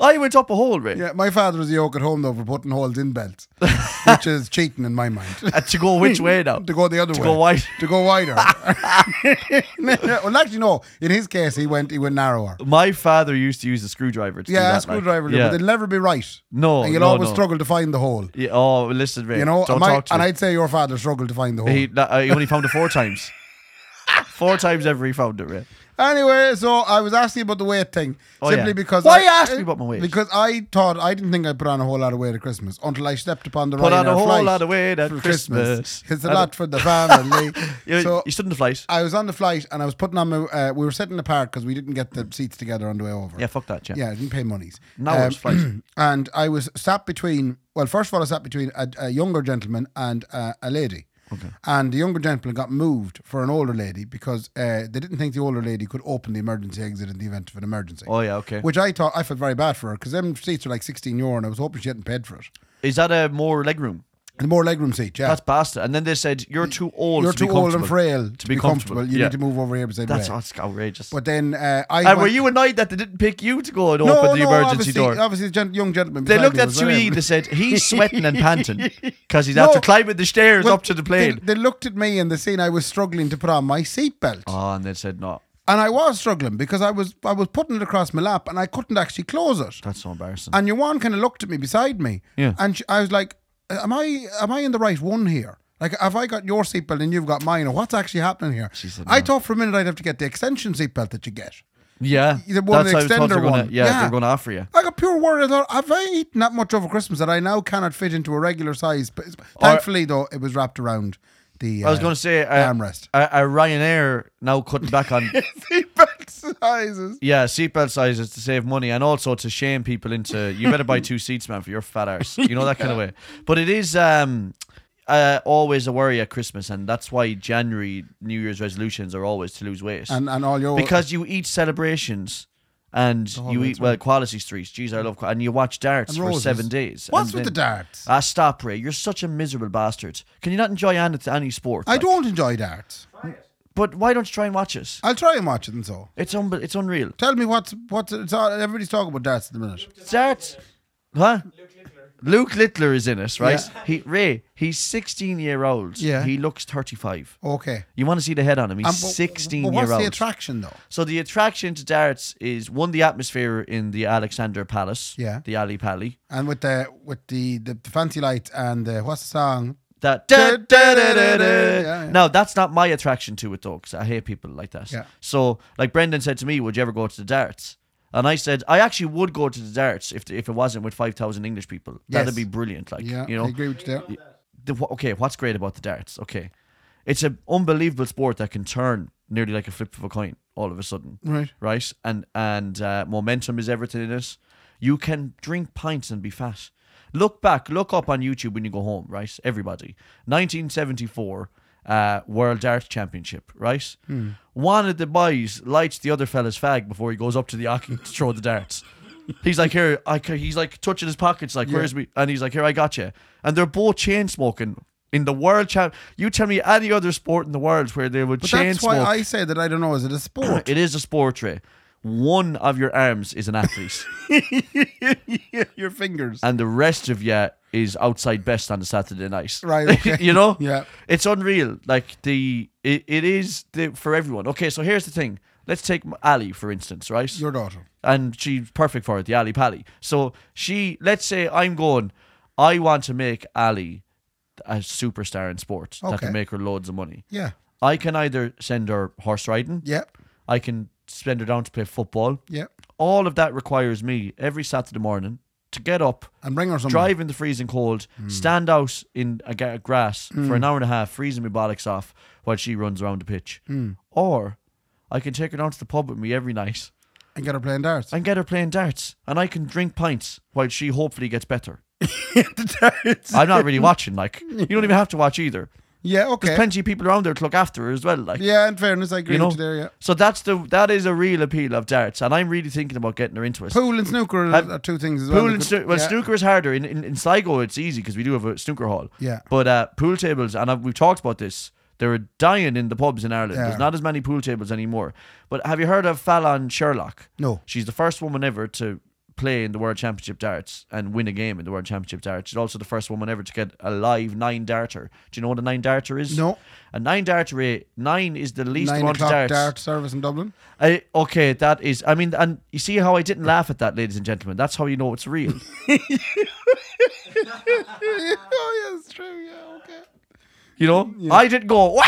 C: I went up a hole, Ray.
B: Yeah, my father was a yoke at home though for putting holes in belts, which is cheating in my mind.
C: Uh, to go which way now?
B: to go the other
C: To
B: way.
C: go wide.
B: To go wider. well, actually, no. In his case, he went he went narrower.
C: My father used to use a screwdriver. To do
B: Yeah,
C: that,
B: a screwdriver,
C: Like,
B: but they'll never be right.
C: No,
B: and you'll
C: no,
B: always
C: no.
B: struggle to find the hole.
C: Yeah, Oh, listen, Ray.
B: You know,
C: don't
B: and, my-
C: talk to
B: and
C: me.
B: I'd say your father struggled to find the hole.
C: He, that- uh, he only found it four times. Four times ever he found it, Ray.
B: Anyway, so I was asking about the weight thing
C: Oh,
B: simply
C: yeah.
B: because
C: Why
B: I,
C: you asking me about my weight?
B: Because I thought I didn't think I put on a whole lot of weight at Christmas until I stepped upon the
C: Put on
B: Ryanair
C: a whole
B: flight
C: lot of weight at
B: for
C: Christmas.
B: It's a
C: I
B: lot for the family.
C: You,
B: so Uh,
C: you stood in the flight.
B: I was on the flight and I was putting on my. Uh, we were sitting apart because we didn't get the seats together on the way over.
C: yeah, fuck that, yeah.
B: Yeah, I didn't pay monies. Um,
C: An hour's flight.
B: And I was sat between, well, first of all, I sat between a, a younger gentleman and uh, a lady. Okay. And the younger gentleman got moved for an older lady because uh, they didn't think the older lady could open the emergency exit in the event of an emergency.
C: Oh, yeah, okay.
B: Which I thought, I felt very bad for her because them seats are like 16 euro and I was hoping she hadn't paid for it.
C: Is that a more legroom?
B: The more legroom seat, yeah.
C: That's bastard. And then they said, you're too old
B: You're
C: to
B: too
C: be
B: old and
C: comfortable."
B: frail
C: To be comfortable,
B: You
C: yeah.
B: need to move over here beside the
C: That's,
B: way.
C: that's outrageous.
B: But then uh, I.
C: and were
B: went-
C: you annoyed that they didn't pick you to go and
B: no,
C: open the
B: no,
C: emergency
B: obviously,
C: door?
B: Obviously, the gen- young gentleman.
C: They
B: beside
C: looked
B: me
C: at
B: was
C: Sui.
B: there.
C: They said he's sweating and panting because he's
B: No.
C: after climbing the stairs
B: Well,
C: up to the
B: they-
C: plane.
B: They, looked at me in the scene. I was struggling to put on my seatbelt,
C: oh, and they said no.
B: and I was struggling because I was I was putting it across my lap, and I couldn't actually close it.
C: That's so embarrassing.
B: And your one kind of looked at me beside me,
C: Yeah.
B: and she, I was like, "Am I am I in the right one here?" Like, have I got your seatbelt and you've got mine, or what's actually happening here?
C: She said
B: I
C: no.
B: thought for a minute I'd have to get the extension seatbelt that you get.
C: yeah,
B: the one
C: that's
B: with
C: how I thought they
B: extender
C: were gonna.
B: one.
C: Yeah,
B: Yeah.
C: they're going to offer you.
B: I got pure worried. I thought, have I eaten that much over Christmas that I now cannot fit into a regular size? But it's- thankfully, though, it was wrapped around the.
C: I was
B: uh,
C: going to say uh,
B: armrest.
C: Uh, uh, Ryanair now cutting back on
B: seatbelt sizes.
C: yeah seatbelt sizes to save money and also to shame people into you better buy two seats, man, for your fat arse. You know that kind of way. But it is um, uh, always a worry at Christmas, and that's why January New Year's resolutions are always to lose weight.
B: and and all your
C: because you eat celebrations and
B: whole
C: you
B: way
C: eat well quality streets. Jeez, I love qua- and you watch darts
B: And
C: for
B: roses.
C: seven days.
B: What's
C: and
B: with the
C: then-
B: darts?
C: Ah, stop, Ray. You're such a miserable bastard. Can you not enjoy any, any sport?
B: I
C: like?
B: don't enjoy darts.
C: But why don't you try and watch it?
B: I'll try and watch it and so.
C: It's unbe- It's unreal.
B: Tell me what's what's it's all, everybody's talking about darts at the minute.
C: Starts, huh? Luke Littler is in it, right? He Ray. He's 16 year old.
B: Yeah.
C: He looks 35.
B: Okay.
C: You want to see the head on him? He's
B: And wh-
C: 16
B: but
C: year
B: What's the
C: old.
B: attraction though?
C: So the attraction to darts is one the atmosphere in the Alexander Palace,
B: Yeah.
C: the Ali Pali.
B: And with the with the the, the fancy light and the, what's the song?
C: That
B: Da- da- da- da- da. Yeah, yeah.
C: now that's not my attraction to it though, because I hate people like that.
B: Yeah.
C: So like Brendan said to me, "Would you ever go to the darts?" And I said, "I actually would go to the darts if if it wasn't with five thousand English people. That'd
B: Yes.
C: be brilliant. Like
B: Yeah,
C: you know,
B: I agree with you there.
C: the, wh- okay, what's great about the darts? Okay, it's an unbelievable sport that can turn nearly like a flip of a coin all of a sudden.
B: Right.
C: right, and and uh, momentum is everything in it. You can drink pints and be fat. Look back, look up on YouTube when you go home, right? Everybody, 1974 uh, World Darts Championship, right? One of the boys lights the other fella's fag before he goes up to the hockey to throw the darts. He's like, here, I, ca- he's like touching his pockets, like, where's me? And he's like, here, I got you. And they're both chain smoking in the world champ. You tell me any other sport in the world where they would
B: But
C: chain
B: that's why
C: smoke.
B: I say that I don't know. Is it a sport?
C: It is a sport tray. One of your arms is an athlete,
B: Your fingers.
C: and the rest of you is outside best on the Saturday night.
B: Right, okay.
C: you know,
B: Yeah.
C: it's unreal. Like the it, it is the, for everyone. Okay, so here's the thing. Let's take Ali for instance, right?
B: Your daughter.
C: and she's perfect for it, the Ali Pally. So she, let's say I'm going, I want to make Ali a superstar in sports that
B: Okay.
C: can make her loads of money.
B: Yeah.
C: I can either send her horse riding,
B: Yep.
C: I can send her down to play football.
B: Yep.
C: All of that requires me every Saturday morning to get up,
B: And bring her some.
C: drive in the freezing cold, stand out in a ga- grass for an hour and a half, freezing my bollocks off while she runs around the pitch. Or I can take her down to the pub with me every night
B: and get her playing darts.
C: and get her playing darts, and I can drink pints while she hopefully gets better. I'm not really watching, like you don't even have to watch either.
B: yeah. Okay.
C: Plenty of people around there to look after her as well, like
B: yeah. In fairness, I agree
C: you know.
B: with you there. Yeah.
C: So that's the that is a real appeal of darts, and I'm really thinking about getting her into it.
B: Pool and snooker
C: Have-
B: are, are two things as well.
C: Pool
B: that
C: and
B: could-
C: snooker. Well,
B: yeah.
C: snooker is harder. In, in in Sligo, it's easy because we do have a snooker hall.
B: Yeah.
C: But uh, pool tables, and i we've talked about this. They're dying in the pubs in Ireland.
B: Yeah.
C: There's not as many pool tables anymore. But have you heard of Fallon Sherlock?
B: No.
C: She's the first woman ever to play in the World Championship darts and win a game in the World Championship darts. She's also the first woman ever to get a live nine darter. Do you know what a nine darter is?
B: No.
C: A nine darter, eh, nine is the least
B: Nine
C: amount of
B: o'clock
C: darts.
B: dart service in Dublin.
C: I, okay, that is. I mean, and you see how I didn't laugh at that, ladies and gentlemen. That's how you know it's real.
B: oh yeah, it's true. Yeah. Okay.
C: You know, I didn't go. Wow,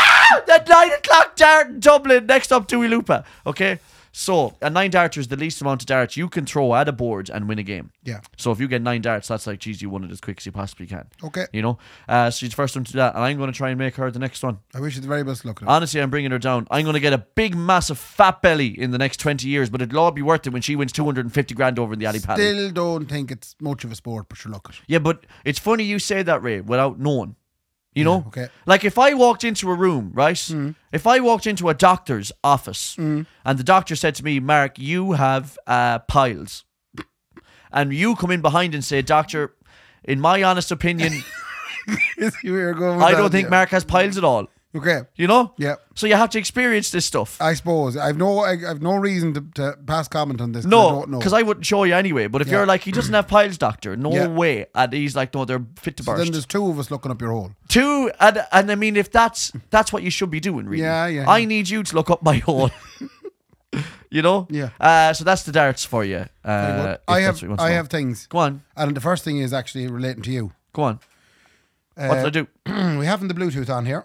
C: that nine o'clock dart in Dublin. Next up, Dewey Lupa. Okay, so a nine darter is the least amount of darts you can throw at a board and win a game.
B: Yeah.
C: So if you get nine darts, that's like, geez, you won it as quick as you possibly can.
B: Okay.
C: You know, uh, she's the first one to do that, and I'm going to try and make her the next one.
B: I wish you the very best luck.
C: Honestly, I'm bringing her down. I'm going to get a big, massive fat belly in the next 20 years, but it'll all be worth it when she wins 250 grand over in the Ali Pally.
B: Still don't think it's much of a sport, but you're lucky.
C: Yeah, but it's funny you say that, Ray, without knowing. You know?
B: okay.
C: Like if I walked into a room, right?
B: Mm.
C: If I walked into a doctor's office and the doctor said to me, Mark, you have uh, piles. And you come in behind and say, Doctor, in my honest opinion,
B: you were going. with
C: I
B: that,
C: don't think
B: yeah.
C: Mark has piles at all.
B: Okay.
C: You know?
B: Yeah.
C: So you have to experience this stuff.
B: I suppose I've no I, I've no reason to, to pass comment on this. 'cause I
C: No,
B: don't know.
C: because I, wouldn't show you anyway. But if
B: Yeah.
C: you're like, he doesn't have piles, doctor, no
B: Yeah.
C: way. And he's like, no, they're fit to burst.
B: then there's two of us looking up your hole.
C: Two and and I mean if that's that's what you should be doing, really.
B: Yeah, yeah,
C: I
B: yeah.
C: need you to look up my own. you know.
B: Yeah.
C: Uh, so that's the darts for you.
B: Very
C: Uh,
B: good.
C: if
B: I
C: that's
B: have
C: what you want to
B: I
C: know.
B: have things,
C: Go on,
B: and the first thing is actually relating to you.
C: go on. what
B: Uh,
C: did I do?
B: we haven't the Bluetooth on here,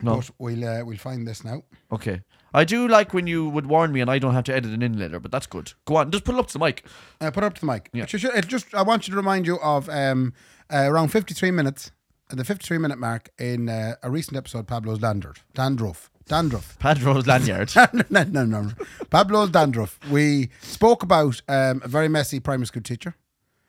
C: No.
B: but we'll uh, we'll find this now.
C: Okay. I do like when you would warn me and I don't have to edit an in later, but that's good. Go on, just put it up to the mic.
B: Uh, put it up to the mic.
C: Yeah.
B: But you should- it just I want you to remind you of um, uh, around 53 minutes, at the 53 minute mark in uh, a recent episode, Pablo's Dandruff. Dandruff. Dandruff.
C: Padro's lanyard.
B: no, no, no, no. Pablo's Dandruff. We spoke about um, a very messy primary school teacher.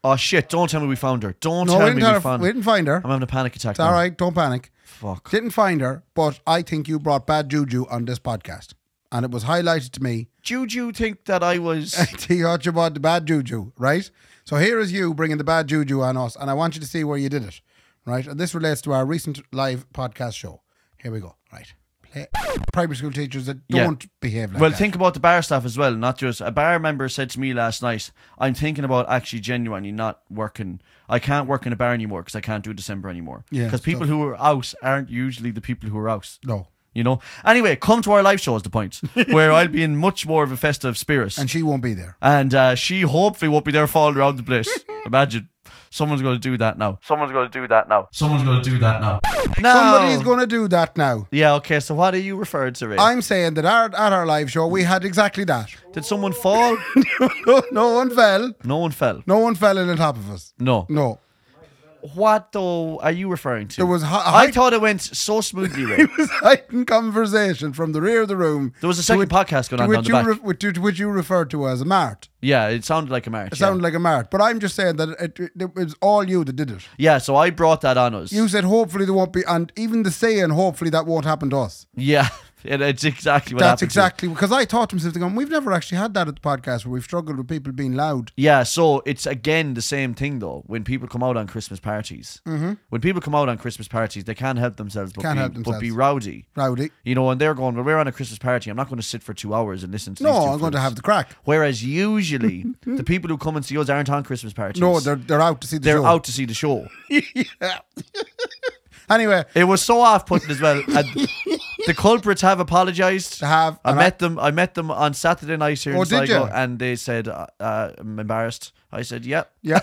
C: oh shit! Don't tell me we found her. Don't
B: No,
C: tell
B: we
C: me
B: didn't,
C: we
B: have-
C: found.
B: we didn't find her.
C: I'm having a panic attack.
B: It's all
C: now.
B: right. Don't panic.
C: Fuck.
B: Didn't find her, but I think you brought bad juju on this podcast. and it was highlighted to me.
C: Juju think that I was.
B: T. Archibald, the bad juju, right? So here is you bringing the bad juju on us, and I want you to see where you did it, right? And this relates to our recent live podcast show. Here we go, right? Play. Primary school teachers that
C: Yeah.
B: don't behave like
C: well,
B: that.
C: think about the bar staff as well, not just a bar member said to me last night. I'm thinking about actually genuinely not working. I can't work in a bar anymore because I can't do December anymore.
B: Yeah,
C: because people who are out aren't usually the people who are out.
B: no.
C: You know. Anyway, come to our live show is the point where I'll be in much more of a festive spirit,
B: And
C: and,
B: she won't be there.
C: uh, she hopefully won't be there falling around the place. Imagine. Someone's going to do that now. Someone's going to do that now. Someone's going to do that now. No.
B: Somebody's going to do that now.
C: Yeah. Okay. So what are you referring to? Ray?
B: I'm saying that our, at our live show, we had exactly that.
C: Did someone fall?
B: no, no one fell.
C: no one fell.
B: No one fell in on top of us.
C: No.
B: No.
C: What though are you referring to?
B: There was hi-
C: I
B: hi-
C: thought it went so smoothly. Ray.
B: It was heightened conversation from the rear of the room.
C: There was a second podcast going on down
B: which
C: the
B: you,
C: back.
B: re- which, you- which you referred to as a mart.
C: yeah, it sounded like a marriage.
B: It
C: yeah.
B: sounded like a mart. But I'm just saying that it, it, it was all you that did it.
C: yeah, so I brought that on us.
B: You said, hopefully, there won't be, and even the saying, hopefully, that won't happen to us.
C: yeah, it, it's exactly what
B: That's
C: happened to-
B: exactly because I thought to myself, going, we've never actually had that at the podcast where we've struggled with people being loud.
C: Yeah, so it's again the same thing though. When people come out on Christmas parties, mm-hmm. when people come out on Christmas parties, they can't help themselves but,
B: Can't
C: be,
B: help
C: but be
B: themselves.
C: rowdy.
B: Rowdy.
C: You know, and they're going, well, we're on a Christmas party. I'm not going to sit for two hours and listen to
B: No,
C: these two
B: I'm going to
C: fools."
B: have the crack.
C: Whereas usually, the people who come and see us aren't on Christmas parties.
B: No, they're, they're out to see the
C: they're
B: show.
C: out to see the show.
B: Anyway,
C: It was so off putting as well. And the culprits have apologised.
B: They have,
C: I
B: and
C: met them. I met them on Saturday night here
B: Oh,
C: in
B: did
C: Sligo,
B: you?
C: and they said, uh, uh, "I'm embarrassed." I said, "Yep."
B: yeah.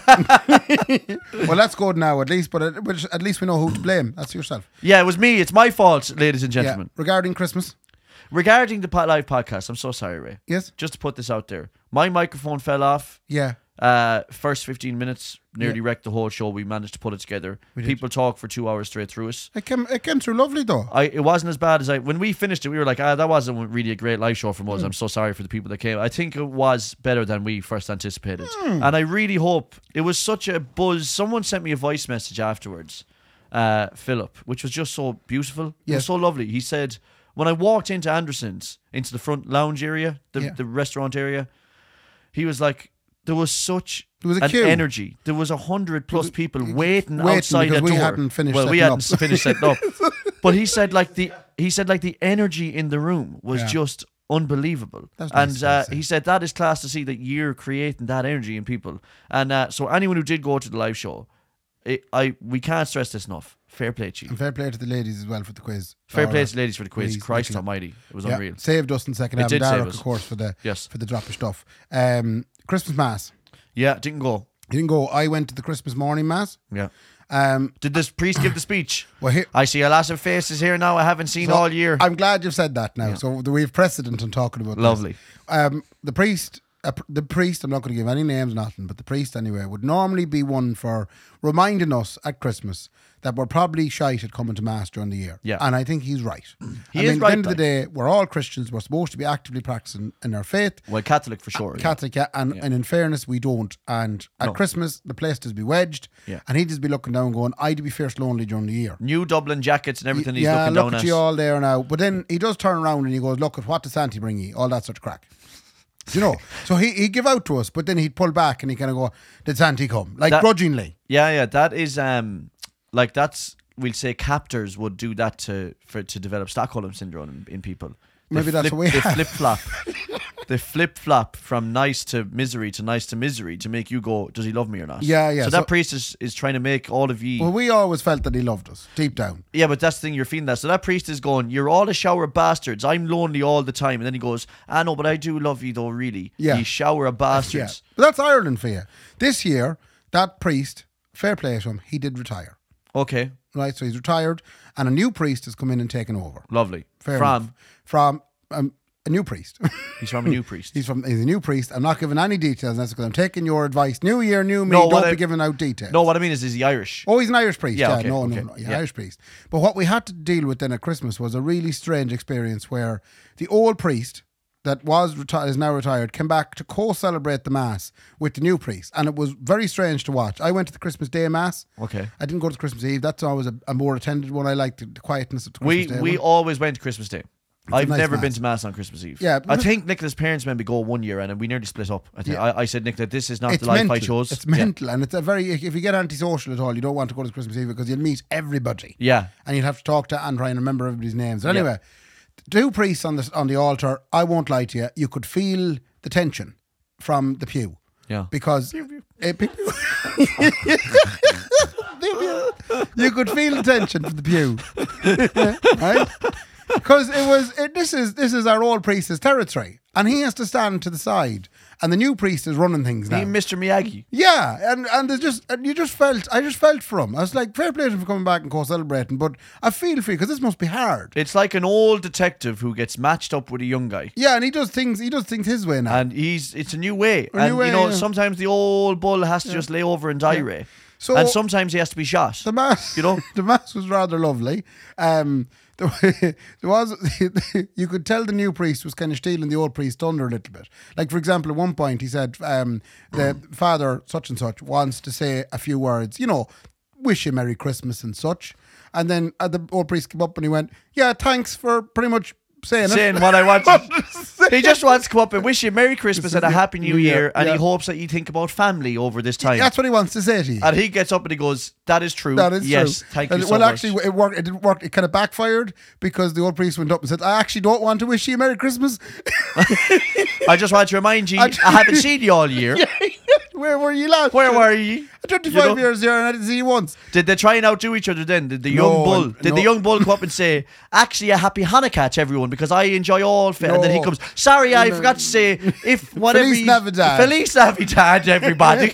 B: well, that's good now, at least, but at, but at least we know who to blame. That's yourself.
C: Yeah, it was me. It's my fault, ladies and
B: Yeah.
C: gentlemen.
B: Regarding Christmas,
C: Regarding the po- live podcast, I'm so sorry, Ray.
B: yes?
C: Just to put this out there, my microphone fell off.
B: Yeah.
C: Uh, first 15 minutes nearly wrecked the whole show. We managed to put it together. People talked for two hours straight through us.
B: It came, it came through lovely, though.
C: I it wasn't as bad as I when we finished it. We were like, ah, that wasn't really a great live show from
B: Hmm.
C: us. I'm so sorry for the people that came. I think it was better than we first anticipated,
B: Hmm.
C: and I really hope it was such a buzz. Someone sent me a voice message afterwards, uh, Philip, which was just so beautiful. It was
B: Yes.
C: so lovely. He said, when I walked into Anderson's, into the front lounge area, the,
B: Yeah.
C: the restaurant area, he was like. There was such
B: There was a
C: an
B: queue.
C: energy. There was a hundred plus people waiting,
B: waiting
C: outside
B: because
C: the
B: we
C: door.
B: hadn't finished
C: well, we
B: setting
C: hadn't
B: up.
C: s- finished setting up. But he said like the he said like the energy in the room was
B: Yeah.
C: just unbelievable.
B: That's nice
C: and
B: to
C: uh,
B: see.
C: he said that is class to see that you're creating that energy in people. And uh, so anyone who did go to the live show, it, I we can't stress this enough. Fair play to you.
B: And fair play to the ladies as well for the quiz.
C: Fair play
B: Laura.
C: to the ladies for the quiz.
B: Please,
C: Christ
B: Nicola.
C: Almighty, it was
B: Yeah,
C: unreal.
B: saved us in second
C: It
B: half.
C: did
B: and
C: save
B: Darroch,
C: us.
B: of course, for the
C: Yes.
B: for the drop of stuff. Um, Christmas mass.
C: Yeah, didn't go.
B: You didn't go. I went to the Christmas morning mass.
C: Yeah.
B: Um,
C: Did this priest give the speech?
B: well, here,
C: I see a lot of faces here now I haven't seen
B: so
C: all year.
B: I'm glad you've said that now. So we have precedent on talking about. this.
C: Lovely.
B: Um, the priest. Uh, the priest, I'm not going to give any names, nothing, but the priest anyway would normally be one for reminding us at Christmas that we're probably shite at coming to mass during the year.
C: Yeah.
B: and I think he's right. I
C: He is
B: mean, at
C: right,
B: the end of
C: like-
B: the day, we're all Christians. We're supposed to be actively practicing in our faith.
C: well, Catholic for sure. yeah.
B: Catholic, yeah. And, and in fairness, we don't. And at Christmas, the place does be wedged.
C: Yeah.
B: And he'd just be looking down, going, I'd be fierce lonely during the year.
C: New Dublin jackets and everything he's
B: yeah,
C: looking
B: look
C: down
B: at
C: at.
B: you all there now. But then he does turn around and he goes, Look at what does Santa bring ye? All that sort of crack. Do you know? so he, he'd give out to us, but then he'd pull back and he kind of go, Did Santa come? Like
C: That-
B: grudgingly.
C: Yeah, yeah, that is um like that's we'll say captors would do that to for to develop Stockholm syndrome in, in people. They
B: Maybe that's
C: flip,
B: what we
C: they
B: have.
C: flip flop. they flip flop from nice to misery to nice to misery to make you go, does he love me or not?
B: Yeah, yeah,
C: So, that
B: so-
C: priest is, is trying to make all of ye.
B: Well, we always felt that he loved us deep down.
C: yeah, but that's the thing you're feeling that. So that priest is going, you're all a shower of bastards. I'm lonely all the time, and then he goes, I know, but I do love you though, really.
B: Yeah.
C: You shower of
B: Yeah.
C: bastards.
B: But that's Ireland for you. This year, that priest, fair play to him, he did retire.
C: Okay,
B: Right? So he's retired and a new priest has come in and taken over.
C: lovely.
B: Fair
C: from
B: enough. from um, a new priest.
C: he's from a new priest.
B: he's from he's a new priest. I'm not giving any details. That's because I'm taking your advice. New year, new me.
C: No,
B: don't
C: what
B: be
C: I-
B: giving out details.
C: no, what I mean is, is he Irish?
B: Oh, he's an Irish priest.
C: Yeah,
B: Yeah,
C: okay,
B: no,
C: okay,
B: no, no, yeah,
C: yeah.
B: Irish priest. But what we had to deal with then at Christmas was a really strange experience where the old priest that was retired is now retired came back to co-celebrate the mass with the new priest, and it was very strange to watch. I went to the Christmas Day mass.
C: Okay.
B: I didn't go to the Christmas Eve. That's always a, a more attended one. I liked the, the quietness of the Christmas
C: We
B: Day.
C: we
B: one.
C: always went to Christmas Day. I've
B: nice
C: never
B: mass.
C: been to mass on Christmas Eve.
B: Yeah,
C: I
B: but-
C: think Nicola's parents made me go one year, and we nearly split up. I think
B: Yeah.
C: I, I said, Nicola, this is not
B: It's
C: the life
B: mental.
C: I chose.
B: It's
C: Yeah.
B: mental, and it's a very. If you get antisocial at all, you don't want to go to Christmas Eve because you'll meet everybody.
C: Yeah.
B: and you'd have to talk to and try and remember everybody's names. But anyway, two priests on the on the altar. I won't lie to you. You could feel the tension from the pew.
C: Yeah.
B: because Eh, pew, pew. Pew, pew. you could feel the tension from the pew, right? Because it was it, this is this is our old priest's territory, and he has to stand to the side, and the new priest is running things now.
C: Me and Mr. Miyagi.
B: Yeah, and and there's just and you just felt I just felt for him. I was like, fair play to him for coming back and co-celebrating, but I feel for you because this must be hard.
C: It's like an old detective who gets matched up with a young guy.
B: Yeah, and he does things he does things his way now.
C: And he's it's a new way.
B: A
C: and
B: new way,
C: you know,
B: yeah.
C: sometimes the old bull has to just lay over and die Ray.
B: So-
C: and sometimes he has to be shot.
B: the mass,
C: You know?
B: the mass was rather lovely. Um, there was you could tell the new priest was kind of stealing the old priest thunder a little bit. Like for example, at one point he said, um, "The father such and such wants to say a few words, you know, wish you merry Christmas and such." And then uh, the old priest came up and he went, "Yeah, thanks for pretty much saying, it."
C: saying what I want. he just wants to come up and wish you Merry Christmas and a Happy New Year, and
B: yeah.
C: he hopes that you think about family over this time.
B: That's what he wants to say to you.
C: and he gets up and he goes, "That is true.
B: That is
C: yes,
B: true.
C: thank
B: And
C: you
B: it-
C: so
B: well,
C: much."
B: actually, it worked. It didn't work. It kind of backfired because the old priest went up and said, "I actually don't want to wish you a Merry Christmas.
C: I just want to remind you, I,
B: I-
C: haven't seen you all year.
B: Where were you last?
C: Where were you?
B: Twenty-five
C: You know?
B: years there, and I didn't see you once.
C: Did they try and outdo each other then? Did the young
B: No,
C: bull?
B: and-
C: Did the
B: no.
C: young bull come up and say, "Actually, a happy Hanukkah to everyone because I enjoy all"? Fa-. And then he
B: No.
C: comes, "Sorry, I forgot to say if whatever."
B: Feliz
C: you-
B: Navidad."
C: Feliz Navidad, everybody.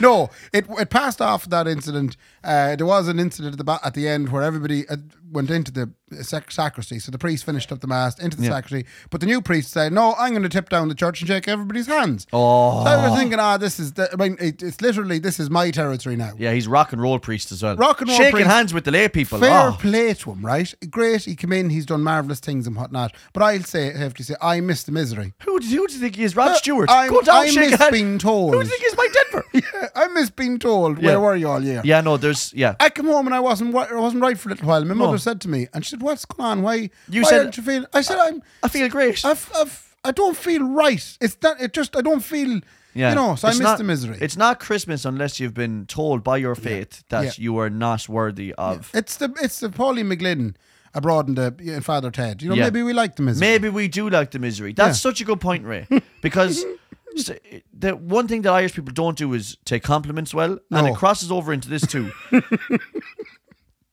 B: No, it it passed off that incident. Uh, there was an incident at the ba- at the end where everybody uh, went into the sac- sacristy. So the priest finished up the mass into the sacristy, but the new priest said, "No, I'm going to tip down the church and shake everybody's hands."
C: Oh.
B: so I was thinking, ah, this is. The, I mean, it, it's literally this is my territory now.
C: yeah, he's rock and roll priest as well.
B: Rock and roll
C: shaking
B: priest.
C: hands with the lay people.
B: Fair
C: Oh.
B: play to him, right? Great, he came in, he's done marvelous things and whatnot. But I'll say, I have to say, I miss the misery.
C: Who do, who do you think he is? Rod
B: Uh,
C: Stewart.
B: I'm-
C: Go down,
B: I
C: shake
B: miss
C: hands.
B: being told.
C: Who do you think is Mike Denver?
B: Eh, I miss being told
C: Yeah.
B: where were you all year.
C: yeah, no, there's yeah.
B: I come home and I wasn't wa- I wasn't right for a little while. My mother said to me, and she said, "What's going on? Why?
C: You
B: why
C: said-
B: aren't you feel?" I said, "I'm.
C: I feel great.
B: I've, I've, I don't feel right. It's not. It just. I don't feel.
C: yeah,
B: You know. So I
C: It's
B: miss
C: not-
B: the misery. It's,
C: It's not Christmas unless you've been told by your faith that
B: Yeah.
C: you are not worthy of.
B: the. It's the Pauline McGlynn abroad and the and Father Ted. You know.
C: Yeah.
B: Maybe we like the misery.
C: Maybe we do like the misery. That's such a good point, Ray, because. s- The one thing that Irish people don't do is take compliments well,
B: No.
C: and it crosses over into this too.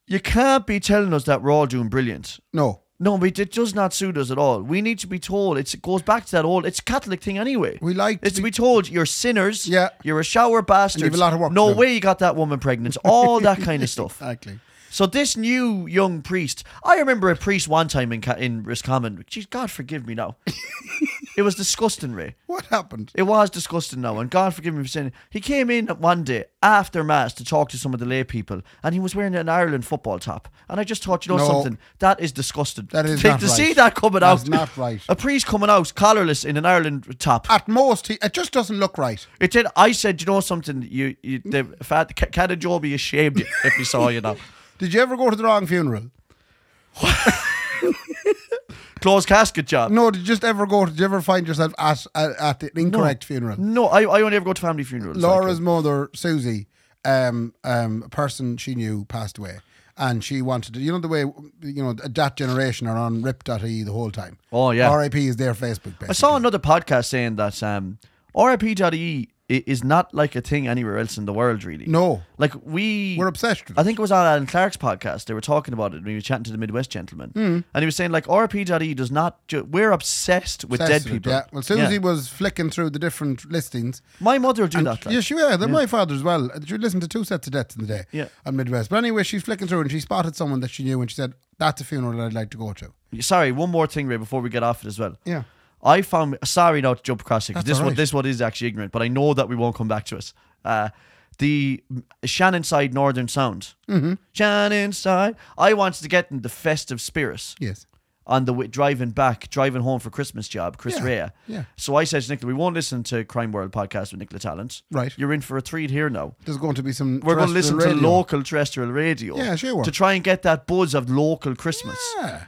C: you can't be telling us that we're all doing brilliant.
B: No.
C: No, but it does not suit us at all. We need to be told. It's, it goes back to that old. It's a Catholic thing anyway.
B: We like to
C: It's to
B: be-
C: be told you're sinners.
B: Yeah.
C: You're a shower bastard.
B: you've a lot of work to
C: No
B: do.
C: way you got that woman pregnant. All that kind of stuff.
B: Exactly.
C: So this new young priest, I remember a priest one time in Ca- in Roscommon. Jeez, God forgive me now. it was disgusting, Ray.
B: What happened?
C: It was disgusting now, and God forgive me for saying it. He came in one day after Mass to talk to some of the lay people, and he was wearing an Ireland football top. And I just thought, you know
B: No.
C: something? That is disgusting.
B: That is
C: to,
B: not
C: to
B: right.
C: see that coming
B: That's
C: out.
B: not right. Ah.
C: A priest coming out collarless in an Ireland top.
B: At most, he, it just doesn't look right.
C: It did. I said, you know something? You, you the fat Cat Joe be ashamed if he saw you now.
B: Did you ever go to the wrong funeral?
C: Closed casket job.
B: No. Did you just ever go? Did you ever find yourself at at, at the incorrect funeral?
C: No, I, I only ever go to family funerals. like uh,
B: Laura's mother, Susie, um, um, a person she knew passed away, and she wanted to. You know the way you know that generation are on rip.ie the whole time.
C: Oh, yeah.
B: RIP is their Facebook page.
C: I saw another podcast saying that um, RIP.E i- E is not like a thing anywhere else in the world, really.
B: No.
C: Like, we.
B: We're obsessed with
C: I think it was on Alan Clark's podcast. They were talking about it and he was chatting to the Midwest
B: Hmm.
C: gentleman. And he was saying, like, RIP.E does not. Ju- we're obsessed with
B: Obsessed
C: dead
B: with it,
C: people.
B: Yeah. Well, Susie was flicking through the different listings.
C: My mother would do that. Like.
B: Yeah, she yeah, my father as well. She listened to two sets of deaths in the day
C: Yeah.
B: on Midwest. But anyway, she's flicking through and she spotted someone that she knew and she said, That's a funeral I'd like to go to.
C: Sorry, one more thing, Ray, before we get off it as well.
B: Yeah.
C: I found sorry now to jump across it 'cause
B: That's
C: this
B: all
C: one
B: right.
C: this one is actually ignorant, but I know that we won't come back to us. Uh, the Shannon side Northern Sound. Mm-hmm. Shannon side. I wanted to get in the festive spirit
B: Yes.
C: on the w- driving back, driving home for Christmas job, Chris
B: Yeah,
C: Rea.
B: yeah.
C: So I said to Nicola, we won't listen to Crime World podcast with Nicola Talent.
B: Right.
C: You're in for a treat here now.
B: There's going to be some.
C: We're going to listen
B: terrestrial
C: to
B: radio.
C: local terrestrial radio.
B: Yeah, sure.
C: To try and get that buzz of local Christmas.
B: Yeah.